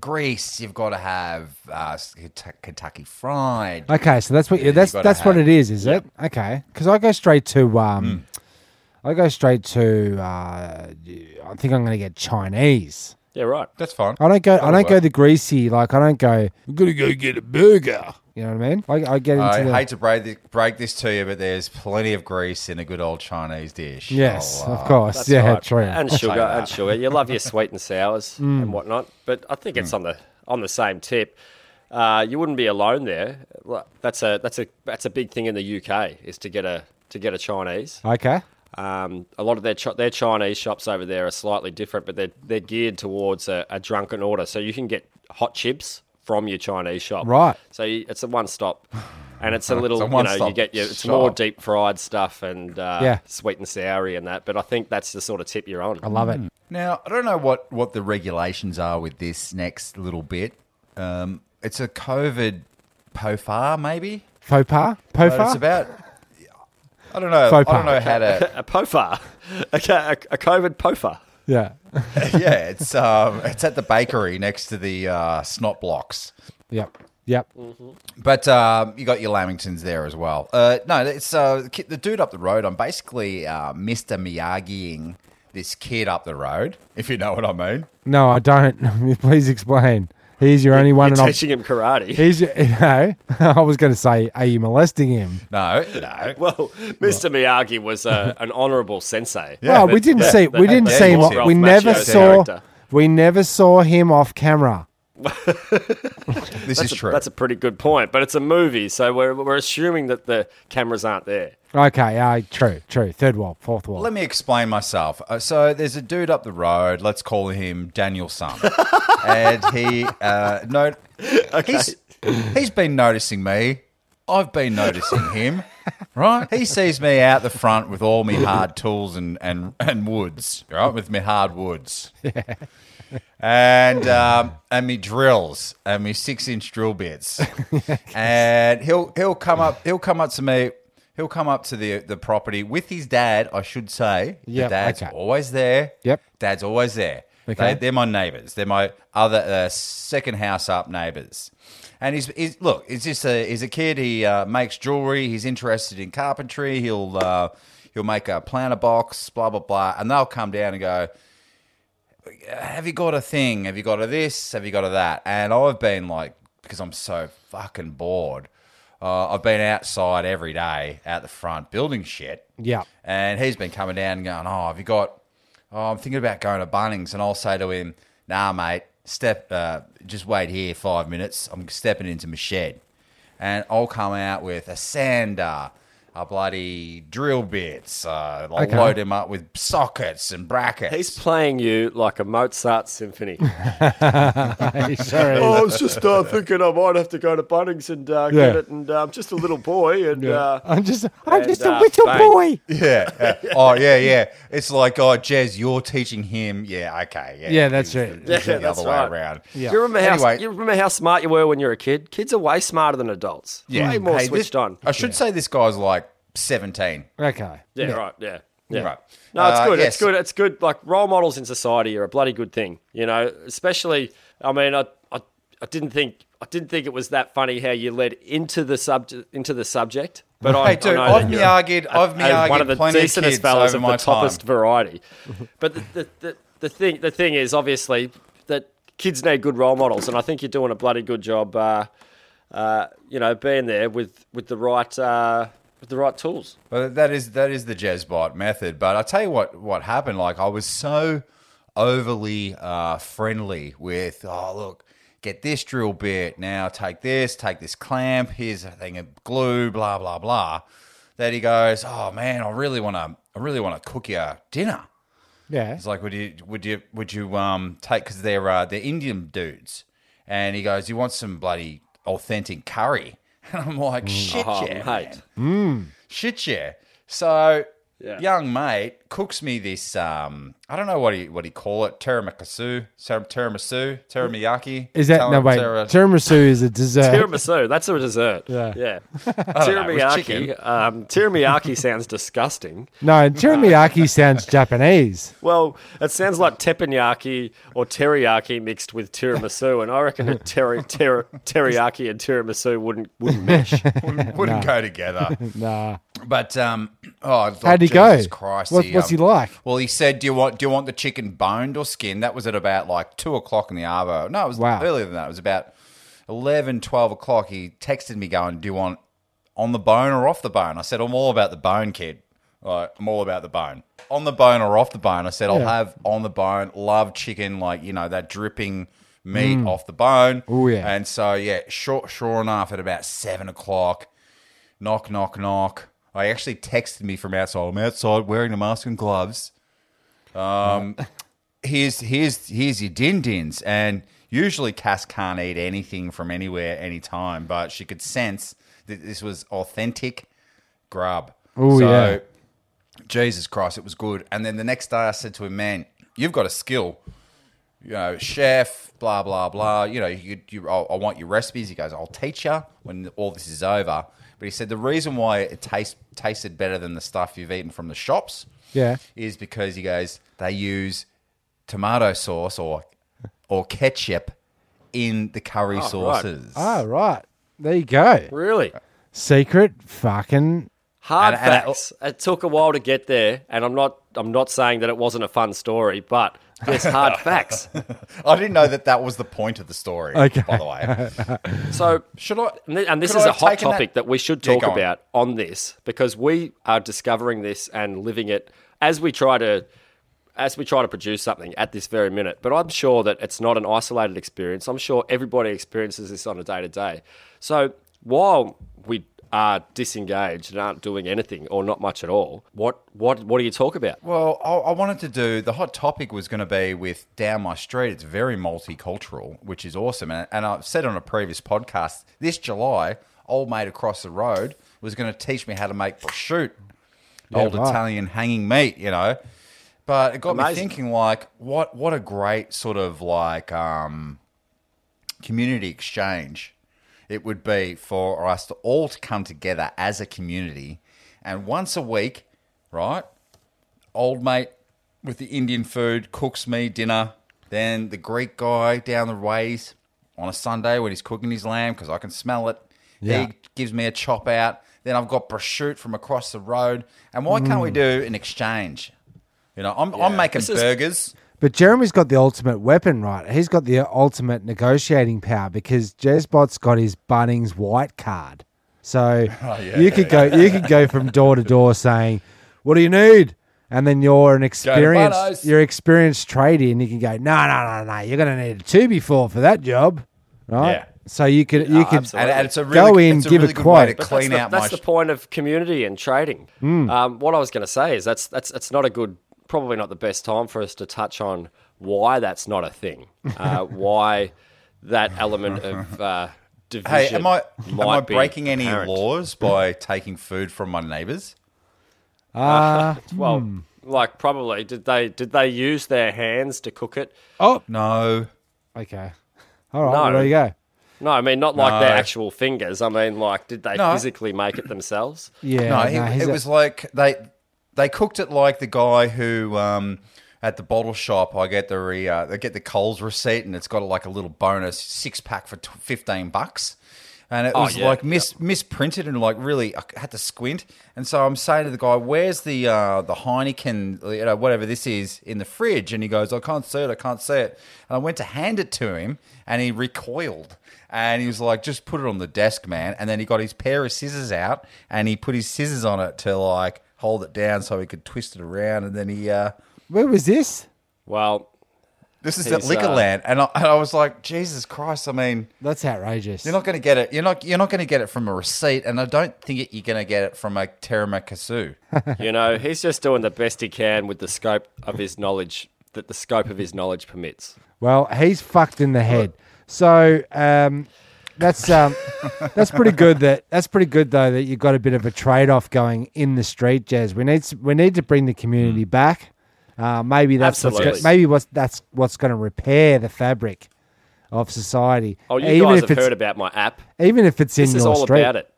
Speaker 2: grease. You've got to have uh, Kent- Kentucky Fried.
Speaker 3: okay, so that's what you
Speaker 2: you
Speaker 3: that's
Speaker 2: gotta
Speaker 3: that's what
Speaker 2: have-
Speaker 3: it is, is it? Okay, because I go straight to um, I go straight to uh, I think I'm going to get Chinese.
Speaker 4: yeah, right.
Speaker 2: That's fine.
Speaker 3: I don't go I
Speaker 2: That'll
Speaker 3: don't go
Speaker 2: work.
Speaker 3: the greasy like I don't go. I'm gonna go get a burger. You know what I mean? Like I get into
Speaker 2: I
Speaker 3: the,
Speaker 2: hate to break this, break this to you, but there's plenty of grease in a good old Chinese dish.
Speaker 3: yes,
Speaker 2: I'll, uh,
Speaker 3: of course, yeah,
Speaker 4: right.
Speaker 3: true.
Speaker 4: And sugar,
Speaker 2: that.
Speaker 4: and sugar. You love your sweet and sours and whatnot. But I think it's on the on the same tip. Uh, you wouldn't be alone there. Like, That's a that's a that's a big thing in the UK is to get a to get a Chinese.
Speaker 3: okay,
Speaker 4: Um, a lot of their chi- their Chinese shops over there are slightly different, but they're they're geared towards a, a drunken order. So you can get hot chips from your Chinese shop,
Speaker 3: Right.
Speaker 4: So you, it's a one stop, and it's a little you know you
Speaker 2: one-stop
Speaker 4: get your it's more
Speaker 2: shop.
Speaker 4: deep fried stuff and uh,
Speaker 3: Yeah.
Speaker 4: sweet and soury and that. But I think that's the sort of tip you're on.
Speaker 3: I love it.
Speaker 2: Now I don't know what what the regulations are with this next little bit. Um, it's a COVID pofar, maybe.
Speaker 3: Faux pas,
Speaker 2: But
Speaker 3: pofa.
Speaker 2: it's about. I don't know.
Speaker 3: Faux
Speaker 2: I don't
Speaker 3: pas.
Speaker 2: know how to.
Speaker 4: A pofa, okay, a, a COVID pofa.
Speaker 3: yeah,
Speaker 2: yeah, it's um, it's at the bakery next to the uh, snot blocks.
Speaker 3: yep, yep.
Speaker 2: But um, you got your Lamingtons there as well. Uh, no, it's uh, the kid- the dude up the road. I'm basically uh, Mr. Miyagiing this kid up the road, if you know what I mean.
Speaker 3: No, I don't. Please explain. He's your only one.
Speaker 4: You're
Speaker 3: and I'm-
Speaker 4: teaching him karate.
Speaker 3: He's, you know, I was going to say, are you molesting him?
Speaker 2: No, no.
Speaker 4: Well, Mr. Miyagi was uh, an honourable sensei.
Speaker 3: well, we didn't see, we didn't
Speaker 4: that's
Speaker 3: see him.
Speaker 4: more
Speaker 3: o-
Speaker 4: Ralph
Speaker 3: We never
Speaker 4: Macchio's
Speaker 3: saw,
Speaker 4: character.
Speaker 3: we never saw him off camera.
Speaker 2: This is
Speaker 4: That's a-
Speaker 2: true.
Speaker 4: That's a pretty good point, but it's a movie, so we're, we're assuming that the cameras aren't there.
Speaker 3: Okay, uh, true, true. Third wall, fourth wall.
Speaker 2: Let me explain myself. Uh, so there's a dude up the road. Let's call him Daniel Sun, and he uh, no, he's he's been noticing me. I've been noticing him. Right, he sees me out the front with all me hard tools and and and woods. Right, with me hard woods. And um, and me drills and me six inch drill bits, and he'll he'll come up he'll come up to me he'll come up to the the property with his dad I should say The
Speaker 3: Yep,
Speaker 2: dad's
Speaker 3: okay.
Speaker 2: always there
Speaker 3: Yep.
Speaker 2: dad's always there
Speaker 3: Okay.
Speaker 2: they, they're my neighbours they're my other uh, second house up neighbours and he's, he's look he's just a he's a kid he uh, makes jewelry he's interested in carpentry he'll uh, he'll make a planter box blah blah blah and they'll come down and go have you got a thing? Have you got a this? Have you got a that? And I've been like, because I'm so fucking bored. Uh, I've been outside every day, out the front, building shit.
Speaker 3: Yeah.
Speaker 2: And he's been coming down and going, oh, have you got? Oh, I'm thinking about going to Bunnings, and I'll say to him, nah, mate, step, uh, just wait here five minutes. I'm stepping into my shed, and I'll come out with a sander. A bloody drill bits. Uh, I'll
Speaker 3: Okay.
Speaker 2: load him up with sockets and brackets.
Speaker 4: He's playing you like a Mozart symphony.
Speaker 3: Sorry.
Speaker 4: I was just uh, thinking I might have to go to Bunnings and uh,
Speaker 3: Yeah.
Speaker 4: and uh, I'm just a little boy, and
Speaker 3: I'm just, I'm
Speaker 4: and,
Speaker 3: just a
Speaker 4: uh,
Speaker 3: little
Speaker 4: bang.
Speaker 3: boy.
Speaker 2: Yeah. yeah. oh, yeah, yeah. It's like, oh, Jez, you're teaching him. Yeah, okay. Yeah,
Speaker 3: Yeah, that's
Speaker 2: He's
Speaker 3: right.
Speaker 2: the- he's
Speaker 4: Yeah,
Speaker 2: the
Speaker 4: that's
Speaker 2: other
Speaker 4: right.
Speaker 2: way around.
Speaker 3: Yeah.
Speaker 4: You remember how
Speaker 2: Anyway.
Speaker 4: you remember how smart you were when you were a kid. Kids are way smarter than adults.
Speaker 2: Yeah.
Speaker 4: way more
Speaker 2: Hey, this-
Speaker 4: switched on.
Speaker 2: I should say this guy's like 17.
Speaker 3: Okay.
Speaker 4: Yeah, right. Yeah, yeah.
Speaker 2: Right.
Speaker 4: No, it's
Speaker 2: Uh,
Speaker 4: good.
Speaker 2: yes.
Speaker 4: It's good. It's good. Like role models in society are a bloody good thing. You know, especially. I mean, I, I, I didn't think I didn't think it was that funny how you led into the subject into the subject. But I,
Speaker 2: Hey, dude,
Speaker 4: I know
Speaker 2: I've
Speaker 4: that you're
Speaker 2: Miyagi'd-
Speaker 4: a-
Speaker 2: I've
Speaker 4: a- one
Speaker 2: Miyagi'd
Speaker 4: of the
Speaker 2: plenty of
Speaker 4: decentest
Speaker 2: kids
Speaker 4: fellas
Speaker 2: over
Speaker 4: of
Speaker 2: my
Speaker 4: the toppest
Speaker 2: time.
Speaker 4: variety. But the, the, the, the thing the thing is obviously that kids need good role models, and I think you're doing a bloody good job. Uh, uh, you know, being there with with the right uh, with the right tools.
Speaker 2: But that is that is the Jezbot method. But I tell you what, what happened? Like I was so overly uh, friendly with. Oh look, get this drill bit now. Take this. Take this clamp. Here's a thing of glue. Blah blah blah. That he goes. Oh man, I really want to. I really want to cook you dinner.
Speaker 3: Yeah.
Speaker 2: It's like, would you, would you, would you um take because they're uh, they're Indian dudes, and he goes, you want some bloody authentic curry, and I'm like, shit,
Speaker 4: Oh,
Speaker 2: yeah,
Speaker 4: mate.
Speaker 2: shit yeah. So
Speaker 4: Yeah.
Speaker 2: young mate cooks me this um I don't know what he what he call it tiramisu Tir- tiramisu tiramiyaki.
Speaker 3: Is that, no, wait,
Speaker 2: Tira-
Speaker 3: tiramisu is a dessert.
Speaker 4: Tiramisu, that's a dessert.
Speaker 3: Yeah.
Speaker 4: Yeah.
Speaker 2: know, it was chicken.
Speaker 4: Tiramiyaki. Um, tiramiyaki sounds disgusting.
Speaker 3: No, tiramisu sounds Japanese.
Speaker 4: Well, it sounds like teppanyaki or teriyaki mixed with tiramisu, and I reckon a teri- ter- teriyaki and tiramisu wouldn't wouldn't mesh.
Speaker 2: wouldn't, wouldn't go together.
Speaker 3: Nah.
Speaker 2: But um oh I was like,
Speaker 3: How'd he
Speaker 2: Jesus
Speaker 3: go?
Speaker 2: Christ, um,
Speaker 3: What- what's he like?
Speaker 2: Well he said, Do you want do you want the chicken boned or skinned? That was at about like two o'clock in the Arvo. No, it was
Speaker 3: Wow.
Speaker 2: earlier than that. It was about 11, 12 o'clock. He texted me going, Do you want on the bone or off the bone? I said, I'm all about the bone, kid. Like, I'm all about the bone. On the bone or off the bone. I said, I'll
Speaker 3: Yeah.
Speaker 2: have on the bone, love chicken, like, you know, that dripping meat off the bone.
Speaker 3: Oh, Mm. yeah.
Speaker 2: And so yeah, sure sure enough, at about seven o'clock, knock, knock, knock. I actually texted me from outside. I'm outside wearing a mask and gloves. Um, here's here's here's your din dins. And usually Cass can't eat anything from anywhere, anytime, but she could sense that this was authentic grub.
Speaker 3: Ooh, yeah.
Speaker 2: Jesus Christ, it was good. And then the next day I said to him, Man, you've got a skill. You know, chef, blah, blah, blah. You know, you, you, I, I want your recipes. He goes, I'll teach you when all this is over. But he said the reason why it tastes tasted better than the stuff you've eaten from the shops
Speaker 3: Yeah.
Speaker 2: is because he goes, they use tomato sauce or or ketchup in the curry sauces.
Speaker 3: Oh, right. There you go.
Speaker 4: Really.
Speaker 3: Secret fucking.
Speaker 4: Hard
Speaker 2: And- and it-
Speaker 4: facts. it took a while to get there, and I'm not I'm not saying that it wasn't a fun story, but there's hard facts.
Speaker 2: I didn't know that that was the point of the story.
Speaker 3: Okay.
Speaker 2: By the way,
Speaker 4: So
Speaker 2: should I?
Speaker 4: And thi- and this
Speaker 2: could
Speaker 4: is
Speaker 2: I
Speaker 4: a
Speaker 2: have
Speaker 4: hot
Speaker 2: taken
Speaker 4: topic that, we should
Speaker 2: Yeah,
Speaker 4: talk
Speaker 2: go on.
Speaker 4: about on this because we are discovering this and living it as we try to as we try to produce something at this very minute. But I'm sure that it's not an isolated experience. I'm sure everybody experiences this on a day to day. So while we are disengaged and aren't doing anything or not much at all, what what what do you talk about?
Speaker 2: Well, I, I wanted to do the hot topic was going to be with down my street. It's very multicultural, which is awesome. And, and I've said on a previous podcast this July, old mate across the road was going to teach me how to make prosciutto, old
Speaker 3: right.
Speaker 2: Italian hanging meat. You know, but it got me
Speaker 4: Amazing.
Speaker 2: thinking like what what a great sort of like um, community exchange it would be for us to all to come together as a community and once a week right old mate with the indian food cooks me dinner then the greek guy down the ways on a sunday when he's cooking his lamb because i can smell it
Speaker 3: Yeah.
Speaker 2: he gives me a chop out then i've got prosciutto from across the road and why can't we
Speaker 3: Mm.
Speaker 2: do an exchange you know i'm, I'm making
Speaker 4: This is-
Speaker 2: burgers
Speaker 3: But Jeremy's got the ultimate weapon, right? He's got the ultimate negotiating power because Jezbot's got his Bunnings white card.
Speaker 2: Oh,
Speaker 3: So you could go you could go from door to door saying, What do you need? And then you're an experienced
Speaker 2: Bunnings.
Speaker 3: you're experienced tradie and you can go, No, no, no, no, you're gonna need a two before for that job. Right?
Speaker 2: Yeah.
Speaker 3: So you could you could
Speaker 4: absolutely.
Speaker 2: and, and it's a really,
Speaker 3: Go in,
Speaker 2: it's a
Speaker 3: give
Speaker 2: really
Speaker 3: a
Speaker 2: good way to
Speaker 3: quote. But
Speaker 2: clean
Speaker 4: that's
Speaker 2: out
Speaker 4: the,
Speaker 2: my Hmm.
Speaker 4: that's the point of community and trading. Um, what I was going to say is that's that's it's not a good, probably not the best time for us to touch on why that's not a thing, uh, why that element of uh, division.
Speaker 2: Hey, am I am
Speaker 4: might
Speaker 2: I
Speaker 4: be
Speaker 2: breaking any
Speaker 4: apparent.
Speaker 2: laws by taking food from my neighbours?
Speaker 4: Well,
Speaker 2: Hmm.
Speaker 4: like probably did they did they use their hands to cook it?
Speaker 2: No.
Speaker 3: Okay. All right,
Speaker 4: No.
Speaker 3: well, there you go.
Speaker 4: No, I mean not like their
Speaker 2: No.
Speaker 4: actual fingers. I mean like did they
Speaker 2: No.
Speaker 4: physically make it themselves?
Speaker 3: Yeah,
Speaker 2: no,
Speaker 3: no,
Speaker 2: it,
Speaker 3: he's
Speaker 2: it
Speaker 3: a-
Speaker 2: was like they they cooked it like the guy who um, at the bottle shop. I get the re, uh, I get the Coles receipt, and it's got like a little bonus six pack for t- fifteen bucks. And
Speaker 3: Oh,
Speaker 2: it was
Speaker 4: yeah,
Speaker 2: like mis- misprinted and like really I had to squint. And so I'm saying to the guy, "Where's the uh, the Heineken, you know, whatever this is in the fridge?" And he goes, "I can't see it. I can't see it." And I went to hand it to him, and he recoiled. And he was like, just put it on the desk, man. And then he got his pair of scissors out and he put his scissors on it to like hold it down so he could twist it around. And then he, uh,
Speaker 3: where was this?
Speaker 4: Well,
Speaker 2: this is at
Speaker 4: He's,
Speaker 2: Liquor
Speaker 4: uh,
Speaker 2: Land. And I, and I was like, Jesus Christ. I mean,
Speaker 3: That's outrageous.
Speaker 2: you're not going to get it. You're not, you're not going to get it from a receipt. And I don't think it, you're going to get it from a tiramisu.
Speaker 4: You know, he's just doing the best he can with the scope of his knowledge that the scope of his knowledge permits.
Speaker 3: Well, he's fucked in the head. So um, that's um, that's pretty good. That that's pretty good though. That you've got a bit of a trade off going in the street, Jazz. We need s- we need to bring the community back. Uh, maybe that's what's go-
Speaker 4: Absolutely.
Speaker 3: maybe what's that's what's going to repair the fabric of society.
Speaker 4: Oh, you
Speaker 3: even
Speaker 4: guys
Speaker 3: if
Speaker 4: have
Speaker 3: it's
Speaker 4: heard about my app.
Speaker 3: even if it's in
Speaker 4: This
Speaker 3: your
Speaker 4: is all
Speaker 3: street.
Speaker 4: about it.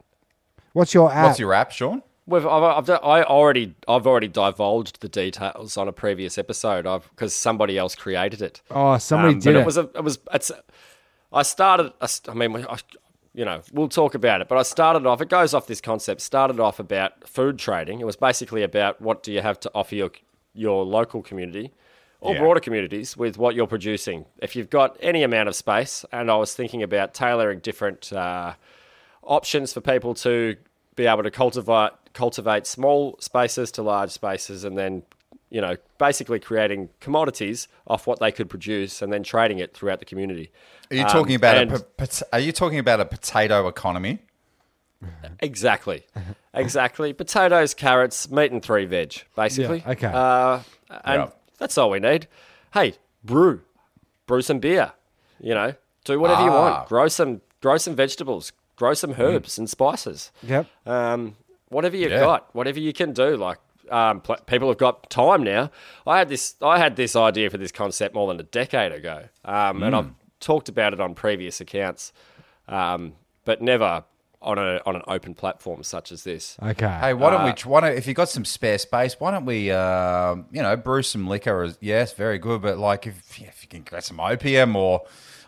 Speaker 3: What's your app?
Speaker 2: What's your app, Sean?
Speaker 4: We've, I've, I've, done- I already, I've already divulged the details on a previous episode because somebody else created it.
Speaker 3: oh, somebody
Speaker 4: Um,
Speaker 3: did
Speaker 4: but
Speaker 3: it.
Speaker 4: it. was a, it was. It's, I started. I, st- I mean, I, you know, we'll talk about it. But I started off. It goes off this concept. Started off about food trading. It was basically about what do you have to offer your your local community or
Speaker 2: Yeah.
Speaker 4: broader communities with what you're producing. If you've got any amount of space, and I was thinking about tailoring different uh, options for people to be able to cultivate cultivate small spaces to large spaces, and then you know, basically creating commodities off what they could produce and then trading it throughout the community.
Speaker 2: Are you
Speaker 4: Um,
Speaker 2: talking about
Speaker 4: and-
Speaker 2: a, po- pot- are you talking about a potato economy?
Speaker 4: Exactly. Exactly. Potatoes, carrots, meat, and three veg, basically.
Speaker 3: Yeah, okay.
Speaker 4: Uh, and
Speaker 2: Yeah.
Speaker 4: that's all we need. Hey, brew, brew some beer. You know, do whatever you
Speaker 2: Ah. Mm.
Speaker 4: want. Grow some, grow some vegetables. Grow some herbs and spices.
Speaker 3: Yep.
Speaker 4: Um, whatever you've
Speaker 2: Yeah.
Speaker 4: got, whatever you can do. Like um, pl- people have got time now. I had this, I had this idea for this concept more than a decade
Speaker 2: Mm.
Speaker 4: ago, um, and I've talked about it on previous accounts, um, but never on a on an open platform such as this.
Speaker 2: Oh,
Speaker 3: Okay.
Speaker 2: Hey, why don't we? Why don't if you got some spare space, why don't we? Um, you know, brew some liquor. Is, yes, very good. But like, if if you can get some opium or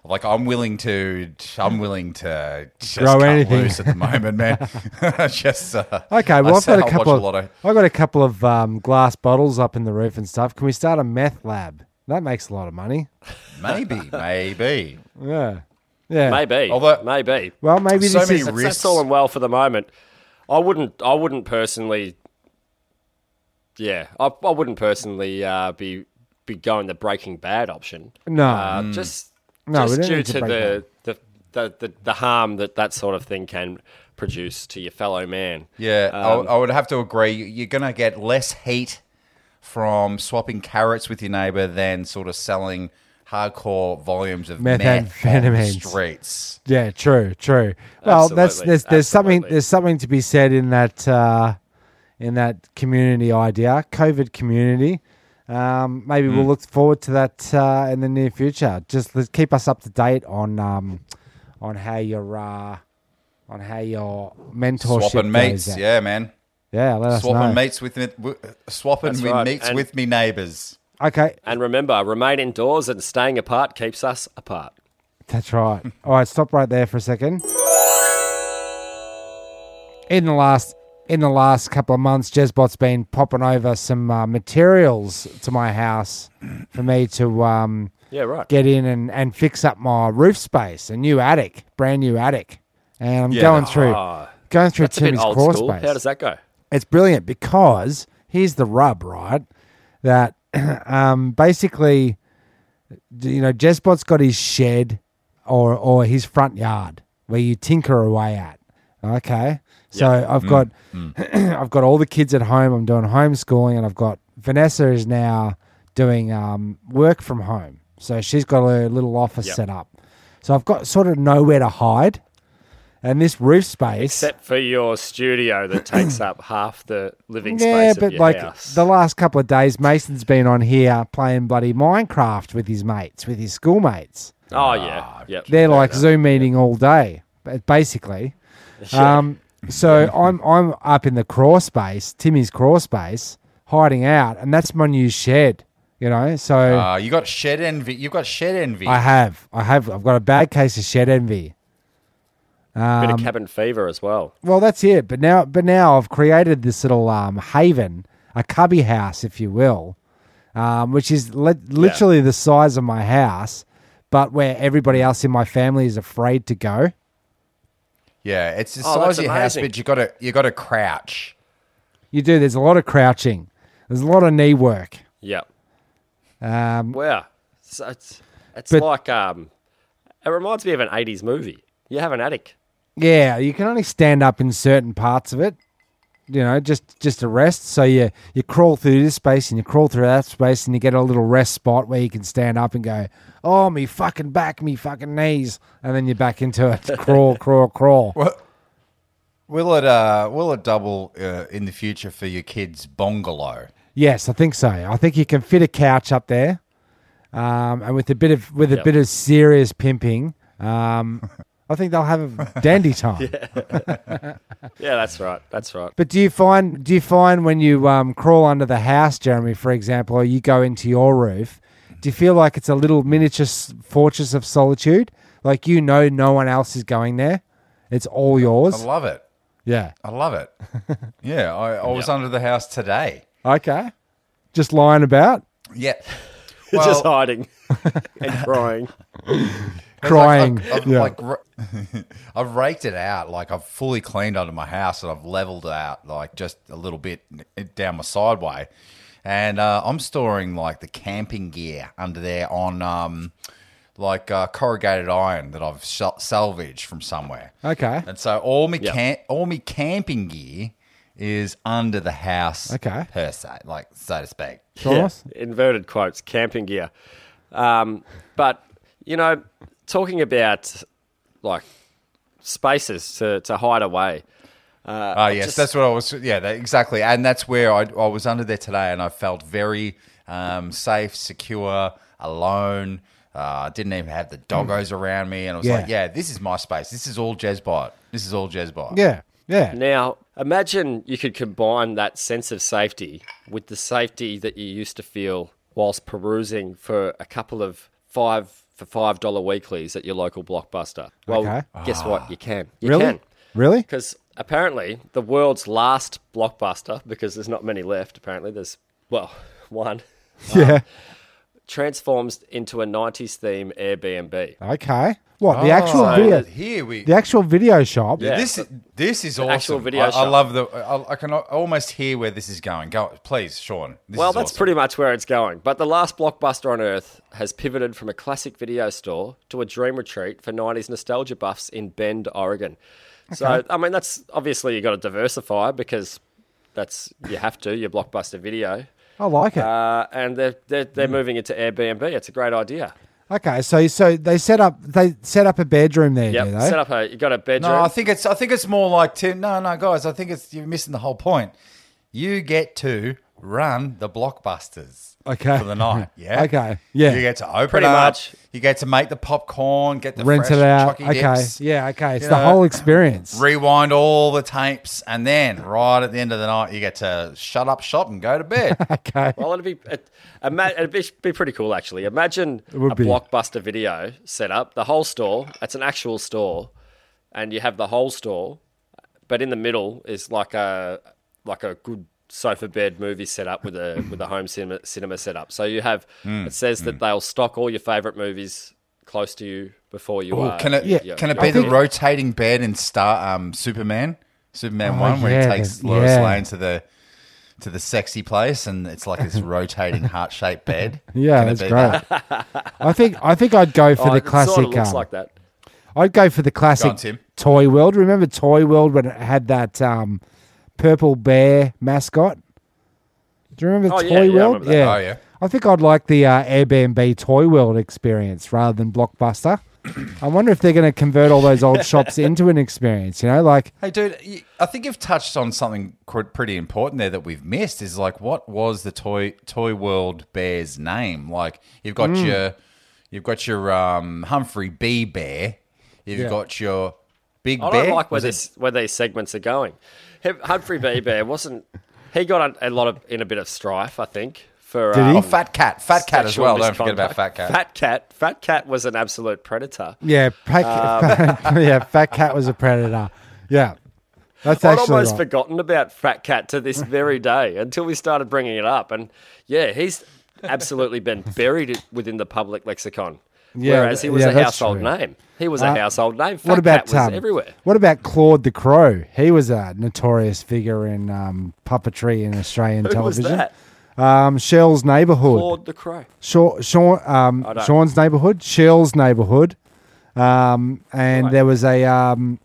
Speaker 2: like, I'm willing to. I'm willing to just
Speaker 3: Grow
Speaker 2: cut
Speaker 3: anything.
Speaker 2: loose at the moment, man. just uh,
Speaker 3: Okay,
Speaker 2: I
Speaker 3: well, I've got
Speaker 2: said
Speaker 3: a
Speaker 2: I'll
Speaker 3: couple
Speaker 2: watch
Speaker 3: of,
Speaker 2: a lot of.
Speaker 3: I've got a couple of um, glass bottles up in the roof and stuff. Can we start a meth lab? That makes a lot of money.
Speaker 2: Maybe, maybe.
Speaker 3: Yeah, yeah.
Speaker 4: Maybe,
Speaker 2: Although-
Speaker 4: maybe
Speaker 3: Well, maybe
Speaker 2: So
Speaker 3: this
Speaker 2: many
Speaker 3: is
Speaker 4: That's- That's all and well for the moment. I wouldn't. I wouldn't personally. Yeah, I, I wouldn't personally uh, be be going the Breaking Bad option.
Speaker 3: No.
Speaker 4: uh, just
Speaker 3: Mm. No, we
Speaker 4: just
Speaker 3: don't
Speaker 4: due
Speaker 3: need to
Speaker 4: to
Speaker 3: break
Speaker 4: the the, the the the harm that that sort of thing can produce to your fellow man.
Speaker 2: Yeah, I-
Speaker 3: Um,
Speaker 2: I, would have to agree. You- You're going to get less heat from swapping carrots with your neighbor than sort of selling hardcore volumes of meth on the
Speaker 3: Methamphetamines.
Speaker 2: streets.
Speaker 3: yeah, true, true. Well, that's
Speaker 4: Absolutely,
Speaker 3: there's there's something
Speaker 4: absolutely.
Speaker 3: there's something to be said in that uh, in that community idea, COVID community. Um, maybe
Speaker 2: Mm.
Speaker 3: we'll look forward to that uh, in the near future. Just let's keep us up to date on um, on how your uh, on how your mentorship
Speaker 2: Swapping
Speaker 3: goes
Speaker 2: meats,
Speaker 3: out.
Speaker 2: yeah, man.
Speaker 3: Yeah, let us know.
Speaker 2: Swapping meats with me- w- swapping
Speaker 4: That's
Speaker 2: me
Speaker 4: right,
Speaker 2: meats
Speaker 4: and-
Speaker 2: with me neighbors.
Speaker 3: Okay,
Speaker 4: And remember, remain indoors and staying apart keeps us apart.
Speaker 3: that's right. All right, stop right there for a second. In the last in the last couple of months, Jezbot's been popping over some uh, materials to my house for me to um,
Speaker 4: Yeah, right.
Speaker 3: get in and, and fix up my roof space, a new attic, brand new attic, and I'm going through
Speaker 4: Ah,
Speaker 3: going through
Speaker 4: That's a bit
Speaker 3: Timmy's
Speaker 4: old
Speaker 3: crawl
Speaker 4: school.
Speaker 3: space.
Speaker 4: How does that go?
Speaker 3: it's brilliant because here's the rub, right? That um, basically, d- you know, Jezbot's got his shed or or his front yard where you tinker away at. Okay, so I've got I've got all the kids at home. I'm doing homeschooling, and I've got Vanessa is now doing um, work from home. So she's got her little office
Speaker 4: Yep.
Speaker 3: set up. So I've got sort of nowhere to hide, and this roof space.
Speaker 4: Except for your studio that takes up half the living
Speaker 3: Yeah,
Speaker 4: space of
Speaker 3: but
Speaker 4: your
Speaker 3: like
Speaker 4: house.
Speaker 3: the last couple of days, Mason's been on here playing bloody Minecraft with his mates, with his schoolmates.
Speaker 4: oh
Speaker 3: Ah,
Speaker 4: yeah, yeah.
Speaker 3: They're like Zoom meeting all day, ba- basically. Um, so I'm I'm up in the crawl space, Timmy's crawl space, hiding out, and that's my new shed. You know, so
Speaker 4: Ah.
Speaker 2: Uh, you got shed envy. You got shed envy.
Speaker 3: Hmm. I have, I have, I've got a bad case of shed envy.
Speaker 4: bit
Speaker 3: um,
Speaker 4: of cabin fever as well.
Speaker 3: Well, that's it. But now, but now I've created this little um, haven, a cubby house, if you will, um, which is li- literally the size of my house, but where everybody else in my family is afraid to go.
Speaker 2: yeah, it's the
Speaker 4: Oh,
Speaker 2: size
Speaker 4: that's
Speaker 2: of your house,
Speaker 4: amazing.
Speaker 2: but you got to you got to crouch.
Speaker 3: You do. There's a lot of crouching. There's a lot of knee work.
Speaker 4: Yeah.
Speaker 3: Um,
Speaker 4: Wow. So it's it's
Speaker 3: But-
Speaker 4: like um, it reminds me of an '80s movie. You have an attic.
Speaker 3: yeah, you can only stand up in certain parts of it. You know, just just a rest. So you you crawl through this space and you crawl through that space and you get a little rest spot where you can stand up and go, oh me fucking back, me fucking knees, and then you're back into it. crawl, crawl, crawl.
Speaker 2: Will it uh will it double uh, in the future for your kids' bungalow?
Speaker 3: Yes, I think so. I think you can fit a couch up there, um, and with a bit of with a
Speaker 4: Yep.
Speaker 3: bit of serious pimping, um, I think they'll have a dandy time.
Speaker 4: Yeah, that's right. That's right.
Speaker 3: But do you find do you find when you um, crawl under the house, Jeremy, for example, or you go into your roof, do you feel like it's a little miniature s- fortress of solitude? Like you know, no one else is going there. It's all
Speaker 2: I
Speaker 3: yours.
Speaker 2: love it.
Speaker 3: Yeah.
Speaker 2: I love it. yeah, I, I was
Speaker 4: Yeah.
Speaker 2: under the house today.
Speaker 3: Okay. Just lying about,
Speaker 2: Yeah.
Speaker 4: You're just
Speaker 2: Well,
Speaker 4: hiding and crying.
Speaker 2: it's like
Speaker 3: crying.
Speaker 2: I've, I've,
Speaker 3: yeah.
Speaker 2: like, ra- I've raked it out. Like I've fully cleaned under my house and I've leveled it out like just a little bit n- down my sideway. And uh, I'm storing like the camping gear under there on um, like uh, corrugated iron that I've sh- salvaged from somewhere.
Speaker 3: okay.
Speaker 2: And so all my
Speaker 4: Yeah.
Speaker 2: camp, all my camping gear is under the house,
Speaker 3: Okay.
Speaker 2: per se, like so to speak.
Speaker 3: Thomas?
Speaker 4: Inverted quotes, camping gear. Um, but you know, talking about like spaces to, to hide away.
Speaker 2: Oh yes,
Speaker 4: just-
Speaker 2: that's what I was. Yeah, that, exactly. And that's where I, I was under there today, and I felt very um, safe, secure, alone. Uh, didn't even have the doggos around me, and I was
Speaker 3: Hmm. Yeah.
Speaker 2: like, "Yeah, this is my space. This is all Jezbot. This is all Jezbot."
Speaker 3: Yeah. Yeah.
Speaker 4: Now, imagine you could combine that sense of safety with the safety that you used to feel whilst perusing for a couple of five for five dollar weeklies at your local blockbuster. Well,
Speaker 3: Okay.
Speaker 4: guess what? You can. You
Speaker 3: Really?
Speaker 4: can.
Speaker 3: Really?
Speaker 4: Because apparently, the world's last blockbuster, because there's not many left, apparently, there's, well, one,
Speaker 3: Yeah.
Speaker 4: transforms into a 90s theme Airbnb.
Speaker 3: Okay. What the actual
Speaker 2: Oh,
Speaker 3: video?
Speaker 2: Here we.
Speaker 3: The actual video shop.
Speaker 4: Yeah.
Speaker 2: This is this is awesome.
Speaker 4: actual video
Speaker 2: I, I
Speaker 4: shop.
Speaker 2: love the. I, I can al- almost hear where this is going. Go, please, Sean. This
Speaker 4: well,
Speaker 2: is
Speaker 4: that's
Speaker 2: awesome.
Speaker 4: pretty much where it's going. But the last blockbuster on earth has pivoted from a classic video store to a dream retreat for 90s nostalgia buffs in Bend, Oregon. So, I mean, that's obviously you got to diversify because that's you have to, your blockbuster video.
Speaker 3: I like it.
Speaker 4: Uh, and they're, they're, they're
Speaker 2: Hmm.
Speaker 4: moving into Airbnb. It's a great idea.
Speaker 3: okay, so so they set up they set up a bedroom there,
Speaker 4: Yep.
Speaker 3: do they?
Speaker 4: Set up a, you got a bedroom.
Speaker 2: No, I think it's I think it's more like Tim. No, no, guys, I think it's you're missing the whole point. You get to run the blockbusters.
Speaker 3: Okay.
Speaker 2: For the night. Yeah.
Speaker 3: Okay, yeah.
Speaker 2: You get to open
Speaker 4: Pretty
Speaker 2: up,
Speaker 4: much.
Speaker 2: You get to make the popcorn. Get the
Speaker 3: Rent
Speaker 2: fresh
Speaker 3: it out.
Speaker 2: Chucky
Speaker 3: Okay.
Speaker 2: dips,
Speaker 3: Yeah. Okay. It's
Speaker 2: You
Speaker 3: the
Speaker 2: know,
Speaker 3: whole experience.
Speaker 2: Rewind all the tapes, and then right at the end of the night, you get to shut up shop and go to bed.
Speaker 3: okay.
Speaker 4: Well, it'd be it, ima- it'd be, be pretty cool actually. Imagine
Speaker 3: would
Speaker 4: a
Speaker 3: be.
Speaker 4: blockbuster video set up, the whole store. It's an actual store, and you have the whole store, but in the middle is like a like a good sofa bed movie setup with a with a home cinema cinema setup. So you have
Speaker 2: Hmm,
Speaker 4: it says that they'll stock all your favorite movies close to you before you
Speaker 2: Ooh,
Speaker 4: are.
Speaker 2: can it
Speaker 3: yeah,
Speaker 2: can it
Speaker 4: you're
Speaker 2: be the
Speaker 4: ready.
Speaker 2: rotating bed in Star um, Superman Superman
Speaker 3: Oh,
Speaker 2: One where
Speaker 3: yeah,
Speaker 2: he takes
Speaker 3: the-
Speaker 2: Lois
Speaker 3: yeah.
Speaker 2: Lane to the to the sexy place and it's like this rotating heart shaped bed?
Speaker 3: Yeah,
Speaker 2: Can it
Speaker 3: that's
Speaker 2: be that?
Speaker 3: great. I think I think I'd go for
Speaker 4: Oh,
Speaker 3: the
Speaker 4: it sorta
Speaker 3: classic.
Speaker 4: looks
Speaker 3: um,
Speaker 4: like that.
Speaker 3: I'd go for the classic
Speaker 2: on, Tim.
Speaker 3: Toy World. Remember Toy World when it had that um, purple bear mascot? Do you remember
Speaker 4: Oh,
Speaker 3: Toy
Speaker 4: yeah, yeah, I
Speaker 3: World?
Speaker 4: remember that.
Speaker 2: Oh, yeah.
Speaker 3: I think I'd like the uh, Airbnb Toy World experience rather than Blockbuster. I wonder if they're going to convert all those old shops into an experience. You know, like
Speaker 2: Hey, dude, you- I think you've touched on something qu- pretty important there that we've missed. Is like, what was the toy Toy World Bear's name? Like, you've got
Speaker 3: Hmm.
Speaker 2: your you've got your um, Humphrey B. Bear, you've
Speaker 3: Yeah.
Speaker 2: got your Big
Speaker 4: I
Speaker 2: Bear.
Speaker 4: don't like where
Speaker 2: Was it-
Speaker 4: this where these segments are going. Hum- Humphrey B. Bear wasn't he got a, a lot of in a bit of strife, I think. For
Speaker 3: he?
Speaker 2: Oh,
Speaker 4: um,
Speaker 2: Fat Cat, Fat Cat as
Speaker 4: sexual
Speaker 2: well. Don't forget about
Speaker 4: misconduct.
Speaker 2: Fat Cat.
Speaker 4: Fat Cat, Fat Cat was an absolute predator.
Speaker 3: yeah, pack,
Speaker 4: Um,
Speaker 3: yeah, Fat Cat was a predator. Yeah, that's
Speaker 4: I'd
Speaker 3: actually
Speaker 4: almost
Speaker 3: right.
Speaker 4: forgotten about Fat Cat to this very day until we started bringing it up, and yeah, he's absolutely been buried within the public lexicon.
Speaker 3: Yeah,
Speaker 4: Whereas he was
Speaker 3: yeah,
Speaker 4: a
Speaker 3: that's
Speaker 4: household
Speaker 3: true.
Speaker 4: name. He
Speaker 2: Uh,
Speaker 4: was a household name. Fat
Speaker 3: what about
Speaker 4: Cat was
Speaker 3: um,
Speaker 4: everywhere.
Speaker 3: What about Claude the Crow? He was a notorious figure in um, puppetry in Australian
Speaker 4: Who was
Speaker 3: television.
Speaker 4: that?
Speaker 3: Um, Shell's neighborhood.
Speaker 4: Lord the Crow.
Speaker 3: Shaw, Shaw, um,
Speaker 4: I don't-
Speaker 3: Sean's neighborhood, Shell's neighborhood, um, and
Speaker 4: Right.
Speaker 3: there was a um,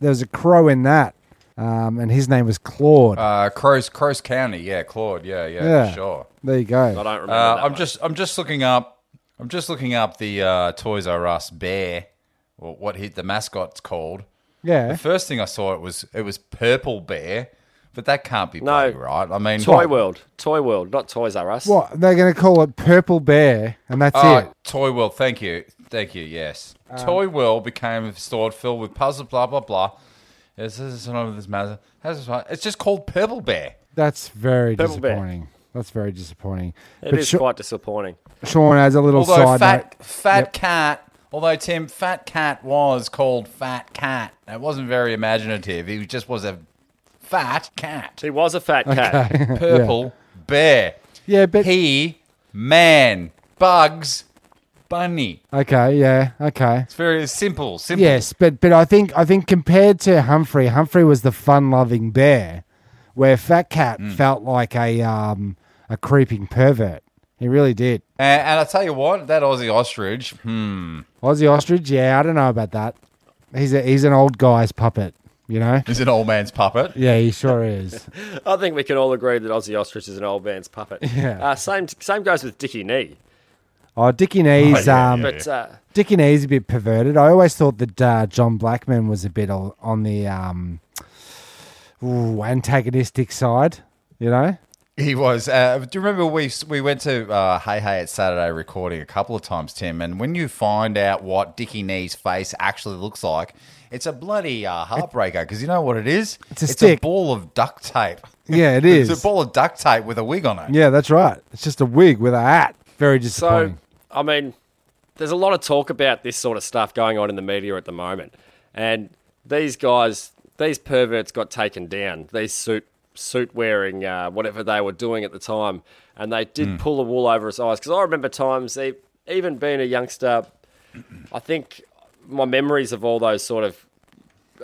Speaker 3: there was a crow in that, um, and his name was Claude.
Speaker 2: Uh, Crows, Crows County, yeah, Claude, yeah, yeah,
Speaker 3: Yeah.
Speaker 2: sure.
Speaker 3: there you
Speaker 4: I
Speaker 3: go.
Speaker 4: don't remember.
Speaker 2: Uh,
Speaker 4: that
Speaker 2: I'm
Speaker 4: one.
Speaker 2: just, I'm just looking up, I'm just looking up the uh, Toys R Us bear, or what he, the mascot's called.
Speaker 3: Yeah,
Speaker 2: The first thing I saw it was, it was Purple Bear, but that can't be
Speaker 4: No.
Speaker 2: bloody right. I mean,
Speaker 4: Toy World, Toy World, not Toys R Us.
Speaker 3: what they're going to call it Purple Bear, and that's
Speaker 2: Oh,
Speaker 3: it. Um,
Speaker 2: Toy World, thank you, thank you. Yes, Toy World became a store filled with puzzles, blah blah blah. This is none of this matter. How's this- It's just called Purple Bear.
Speaker 3: That's very
Speaker 4: Purple Bear.
Speaker 3: disappointing. That's very disappointing.
Speaker 4: It
Speaker 3: but
Speaker 4: is
Speaker 3: Sha-
Speaker 4: quite disappointing.
Speaker 3: Sean has a little
Speaker 2: Although
Speaker 3: side
Speaker 2: fat
Speaker 3: note.
Speaker 2: fat cat, although Tim fat cat was called fat cat. It wasn't very imaginative. He just was a fat cat.
Speaker 4: He was a fat cat.
Speaker 2: Purple bear.
Speaker 3: Yeah, but
Speaker 2: He man bugs bunny.
Speaker 3: okay, yeah, okay.
Speaker 2: It's very simple. Simple.
Speaker 3: Yes, but but I think I think compared to Humphrey, Humphrey was the fun-loving bear, where Fat Cat felt like a um a creeping pervert. He really did.
Speaker 2: And, and I tell you what, that Aussie ostrich. Hmm,
Speaker 3: Aussie ostrich, yeah, I don't know about that. He's a, he's an old guy's puppet, you know.
Speaker 2: is an old man's puppet.
Speaker 3: Yeah, he sure is.
Speaker 4: I think we can all agree that Aussie Ostrich is an old man's puppet.
Speaker 3: Yeah.
Speaker 4: Uh, same same goes with Dickie Knee.
Speaker 3: Oh, Dickie Knees,
Speaker 2: yeah,
Speaker 3: um,
Speaker 2: yeah.
Speaker 4: But uh,
Speaker 3: Dickie Knees a bit perverted. I always thought that uh, John Blackman was a bit o- on the um, ooh, antagonistic side, you know.
Speaker 2: He was. Uh, do you remember we we went to uh, Hey Hey at Saturday recording a couple of times, Tim? And when you find out what Dickie Knee's face actually looks like, it's a bloody uh, heartbreaker because you know what it is?
Speaker 3: It's a stick.
Speaker 2: ball of duct tape.
Speaker 3: Yeah, it
Speaker 2: It's
Speaker 3: is.
Speaker 2: a ball of duct tape with a wig on it.
Speaker 3: Yeah, that's right. It's just a wig with a hat. Very
Speaker 4: So,
Speaker 3: disappointing.
Speaker 4: I mean, there's a lot of talk about this sort of stuff going on in the media at the moment, and these guys, these perverts, got taken down. These suit suit wearing uh, whatever they were doing at the time, and they
Speaker 3: Hmm.
Speaker 4: did pull the wool over his eyes. Because I remember times, e- even being a youngster, I think my memories of all those sort of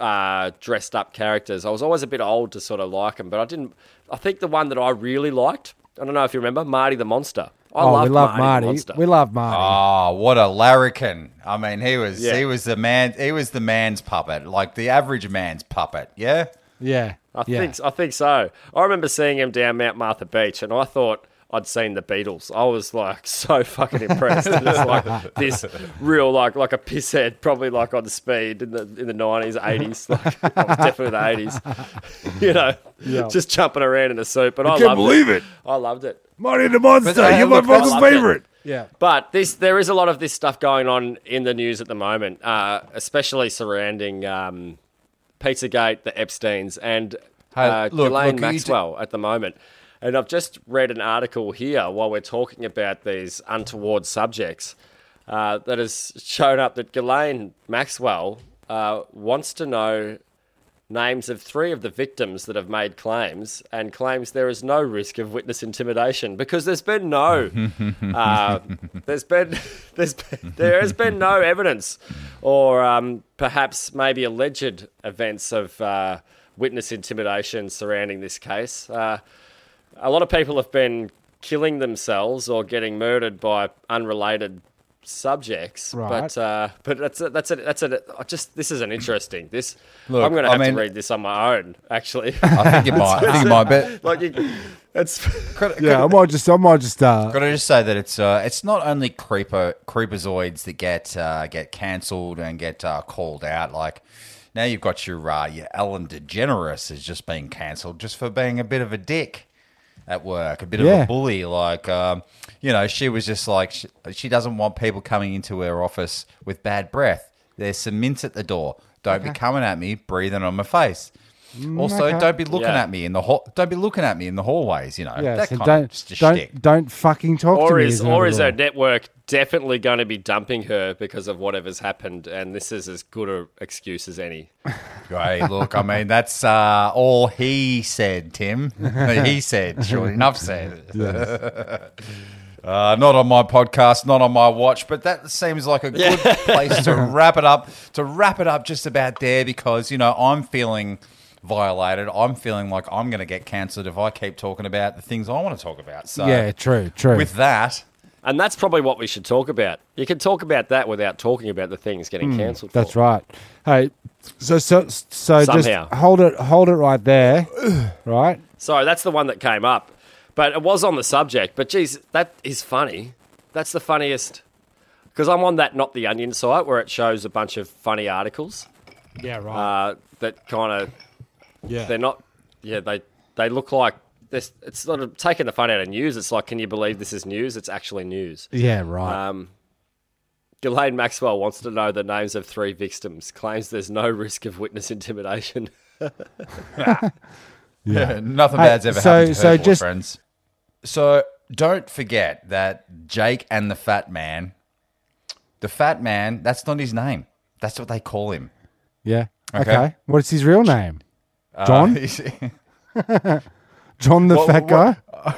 Speaker 4: uh, dressed up characters. I was always a bit old to sort of like them, but I didn't. I think the one that I really liked, I don't know if you remember, Marty the Monster. I
Speaker 3: oh,
Speaker 4: loved
Speaker 3: we love
Speaker 4: Marty, the
Speaker 3: Marty.
Speaker 4: Monster. Ah.
Speaker 3: We love Marty.
Speaker 2: Oh, what a larrikin! I mean, he was
Speaker 4: Yeah.
Speaker 2: he was the man. He was the man's puppet, like the average man's puppet. Yeah.
Speaker 3: yeah.
Speaker 4: I
Speaker 3: yeah.
Speaker 4: think I think so. I remember seeing him down Mount Martha Beach, and I thought I'd seen the Beatles. I was like so fucking impressed. It was like this real like like a pisshead, probably like on speed in the in the nineties, eighties. Like I was definitely the eighties. you know, just jumping around in a suit. But I,
Speaker 7: can't
Speaker 4: loved
Speaker 7: believe it.
Speaker 4: I loved it.
Speaker 7: Marty the Monster,
Speaker 2: But, uh,
Speaker 7: you're my
Speaker 2: look, I
Speaker 7: fucking
Speaker 4: loved it.
Speaker 7: favorite.
Speaker 3: Yeah.
Speaker 4: But this, there is a lot of this stuff going on in the news at the moment, uh, especially surrounding um, Pizzagate, the Epstein's, and
Speaker 2: Hey,
Speaker 4: uh,
Speaker 2: look,
Speaker 4: Ghislaine
Speaker 2: look, you
Speaker 4: Maxwell at the moment. And I've just read an article here while we're talking about these untoward subjects uh, that has shown up that Ghislaine Maxwell uh, wants to know names of three of the victims that have made claims and claims there is no risk of witness intimidation because there's been no
Speaker 2: Mm-hmm.
Speaker 4: uh, there's been there's been, there has been no evidence or um, perhaps maybe alleged events of uh, witness intimidation surrounding this case uh, a lot of people have been killing themselves or getting murdered by unrelated subjects but
Speaker 3: Right.
Speaker 4: uh, but that's a, that's a, that's a, I just this is an interesting this
Speaker 2: Look,
Speaker 4: I'm going to
Speaker 2: I
Speaker 4: have
Speaker 2: mean-
Speaker 4: to read this on my own, actually.
Speaker 2: I think it might. I think it might. But
Speaker 4: like, you, it's
Speaker 2: could,
Speaker 3: Yeah, I might just, I might just, uh,
Speaker 2: Got to just say that it's uh, it's not only creeper creeperzoids that get uh, get cancelled and get uh, called out. Like now you've got your uh, your Ellen DeGeneres has just been cancelled just for being a bit of a dick at work, a bit of
Speaker 3: Yeah.
Speaker 2: a bully. Like um, you know, she was just like she, she doesn't want people coming into her office with bad breath. There's some mints at the door. Don't be coming at me, breathing on my face. Also,
Speaker 3: Mm, okay.
Speaker 2: don't be looking
Speaker 4: Yeah.
Speaker 2: at me in the hall. Don't be looking at me in the hallways. You know
Speaker 3: yeah,
Speaker 2: that
Speaker 3: so
Speaker 2: kind
Speaker 3: don't,
Speaker 2: of just a
Speaker 3: don't,
Speaker 2: shtick.
Speaker 3: don't fucking talk to
Speaker 4: or
Speaker 3: me.
Speaker 4: is
Speaker 3: another
Speaker 4: or is
Speaker 3: law.
Speaker 4: her network definitely going to be dumping her because of whatever's happened? And this is as good an excuse as any.
Speaker 2: Great. Look, I mean, that's uh, all he said, Tim. he said, sure enough said. uh, not on my podcast, not on my watch, but that seems like a good place to wrap it up. To wrap it up just about there because, you know, I'm feeling violated. I'm feeling like I'm going to get cancelled if I keep talking about the things I want to talk about. So,
Speaker 3: Yeah, true, true.
Speaker 2: with that,
Speaker 4: And that's probably what we should talk about. You can talk about that without talking about the things getting cancelled.
Speaker 3: Hmm, That's
Speaker 4: for.
Speaker 3: right. Hey, so so so
Speaker 4: Somehow.
Speaker 3: just hold it hold it right there, right?
Speaker 4: Sorry, that's the one that came up, but it was on the subject. But geez, that is funny. That's the funniest because I'm on that Not the Onion site where it shows a bunch of funny articles.
Speaker 3: Yeah, right.
Speaker 4: uh, that kind of
Speaker 3: yeah,
Speaker 4: they're not yeah they they look like this it's sort of taking the fun out of news it's like can you believe this is news it's actually news
Speaker 3: yeah,
Speaker 2: Uh,
Speaker 3: right.
Speaker 4: um Ghislaine Maxwell wants to know the names of three victims claims there's no risk of witness intimidation
Speaker 2: Yeah, nothing
Speaker 3: Hey,
Speaker 2: bad's ever
Speaker 3: so-
Speaker 2: happened to
Speaker 3: so
Speaker 2: her
Speaker 3: just-
Speaker 2: friends. So don't forget that Jake and the Fat Man, the Fat Man, that's not his name. That's what they call him.
Speaker 3: yeah. Okay.
Speaker 2: okay. Uh,
Speaker 3: What's his real name? John? John the
Speaker 2: What-
Speaker 3: fat
Speaker 2: what-
Speaker 3: guy.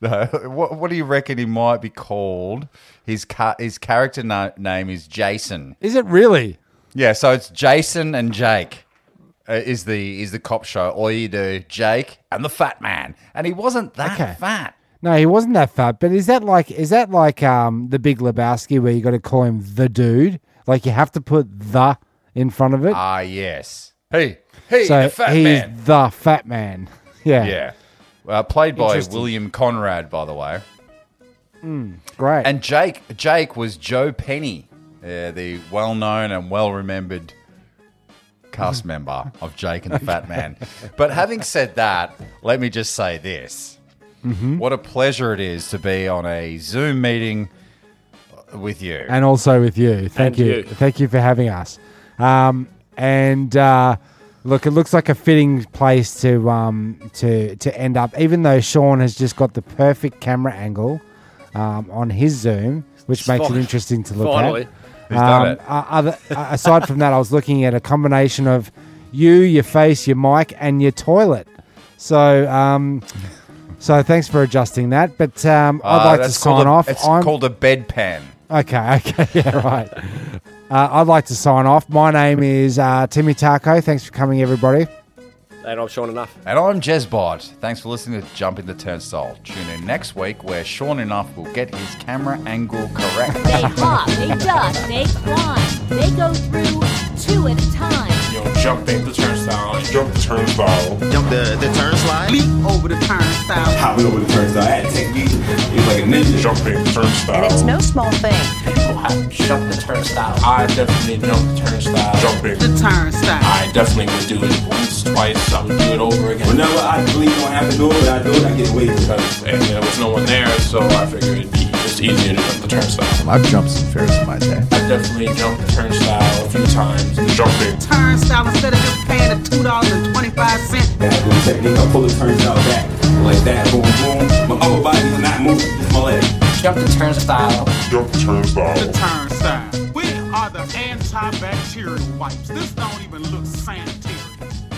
Speaker 2: no, what, what do you reckon he might be called? His ca- his character na- name is Jason.
Speaker 3: Is it really?
Speaker 2: Yeah, so it's Jason and Jake uh, is the is the cop show. All you do, Jake and the Fat Man, and he wasn't that
Speaker 3: Okay.
Speaker 2: fat.
Speaker 3: No, he wasn't that fat. But is that like is that like um the Big Lebowski where you got to call him the dude? Like you have to put the in front of it.
Speaker 2: Ah, yes. Hey, hey,
Speaker 3: so
Speaker 2: the Fat
Speaker 3: he's
Speaker 2: Man.
Speaker 3: the fat man. Yeah.
Speaker 2: Yeah. Uh, played by
Speaker 3: Interesting.
Speaker 2: William Conrad, by the way.
Speaker 3: Great.
Speaker 2: And Jake Jake was Joe Penny, uh, the well known and well remembered cast member of Jake and the Fat Man. But having said that, let me just say this.
Speaker 3: Mm-hmm.
Speaker 2: What a pleasure it is to be on a Zoom meeting with you.
Speaker 3: and also with you. Thank
Speaker 4: And
Speaker 3: you.
Speaker 4: you.
Speaker 3: Thank you for having us. Um, and uh, look, it looks like a fitting place to um, to to end up. Even though Sean has just got the perfect camera angle um, on his Zoom, which makes it
Speaker 4: Fin-
Speaker 3: interesting to look
Speaker 4: finally.
Speaker 3: at.
Speaker 2: He's done it.
Speaker 3: uh, other, uh, aside from that, I was looking at a combination of you, your face, your mic, and your toilet. So, um, so thanks for adjusting that. But um, I'd
Speaker 2: Uh,
Speaker 3: like to
Speaker 2: that's called
Speaker 3: sign
Speaker 2: a-
Speaker 3: off.
Speaker 2: It's
Speaker 3: I'm-
Speaker 2: called a bedpan.
Speaker 3: Okay, okay, yeah, right. Uh, I'd like to sign off. My name is uh, Timmy Tarko. Thanks for coming, everybody.
Speaker 4: And I'm Sean Enough.
Speaker 2: And I'm Jezbot. Thanks for listening to Jump in the Turnstile. Tune in next week where Sean Enough will get his camera angle correct.
Speaker 8: They hop, they duck, they climb, they go through two at a time.
Speaker 9: Yo, jump in the turnstile. Jump the turnstile.
Speaker 10: Jump the, the turn slide. Leap over the turnstile.
Speaker 9: Hop over the turnstile. I had to take me. It was like a ninja. Jump in the turnstile.
Speaker 8: And it's no small thing.
Speaker 9: I jump the turnstile. I definitely jump the turnstile. Jump in.
Speaker 10: The turnstile.
Speaker 9: I definitely would do it once, twice. I would do it over again. Whenever I believe I have to do it, I do it. I get away because and there was no one there, so I figured it'd be just easier to jump the turnstile.
Speaker 11: I've jumped some ferrets in my day.
Speaker 9: I definitely jumped the turnstile a few times. Jumping.
Speaker 10: Turnstile instead of just paying the two dollars and twenty five cent.
Speaker 9: Back with the technique, I pull the turnstile back like that. Boom, boom. My upper body is not moving. It's my leg.
Speaker 10: Jump the turnstile.
Speaker 7: Jump the
Speaker 10: The
Speaker 7: turnstile.
Speaker 10: turnstile. We are the antibacterial wipes. This don't even look sanitary.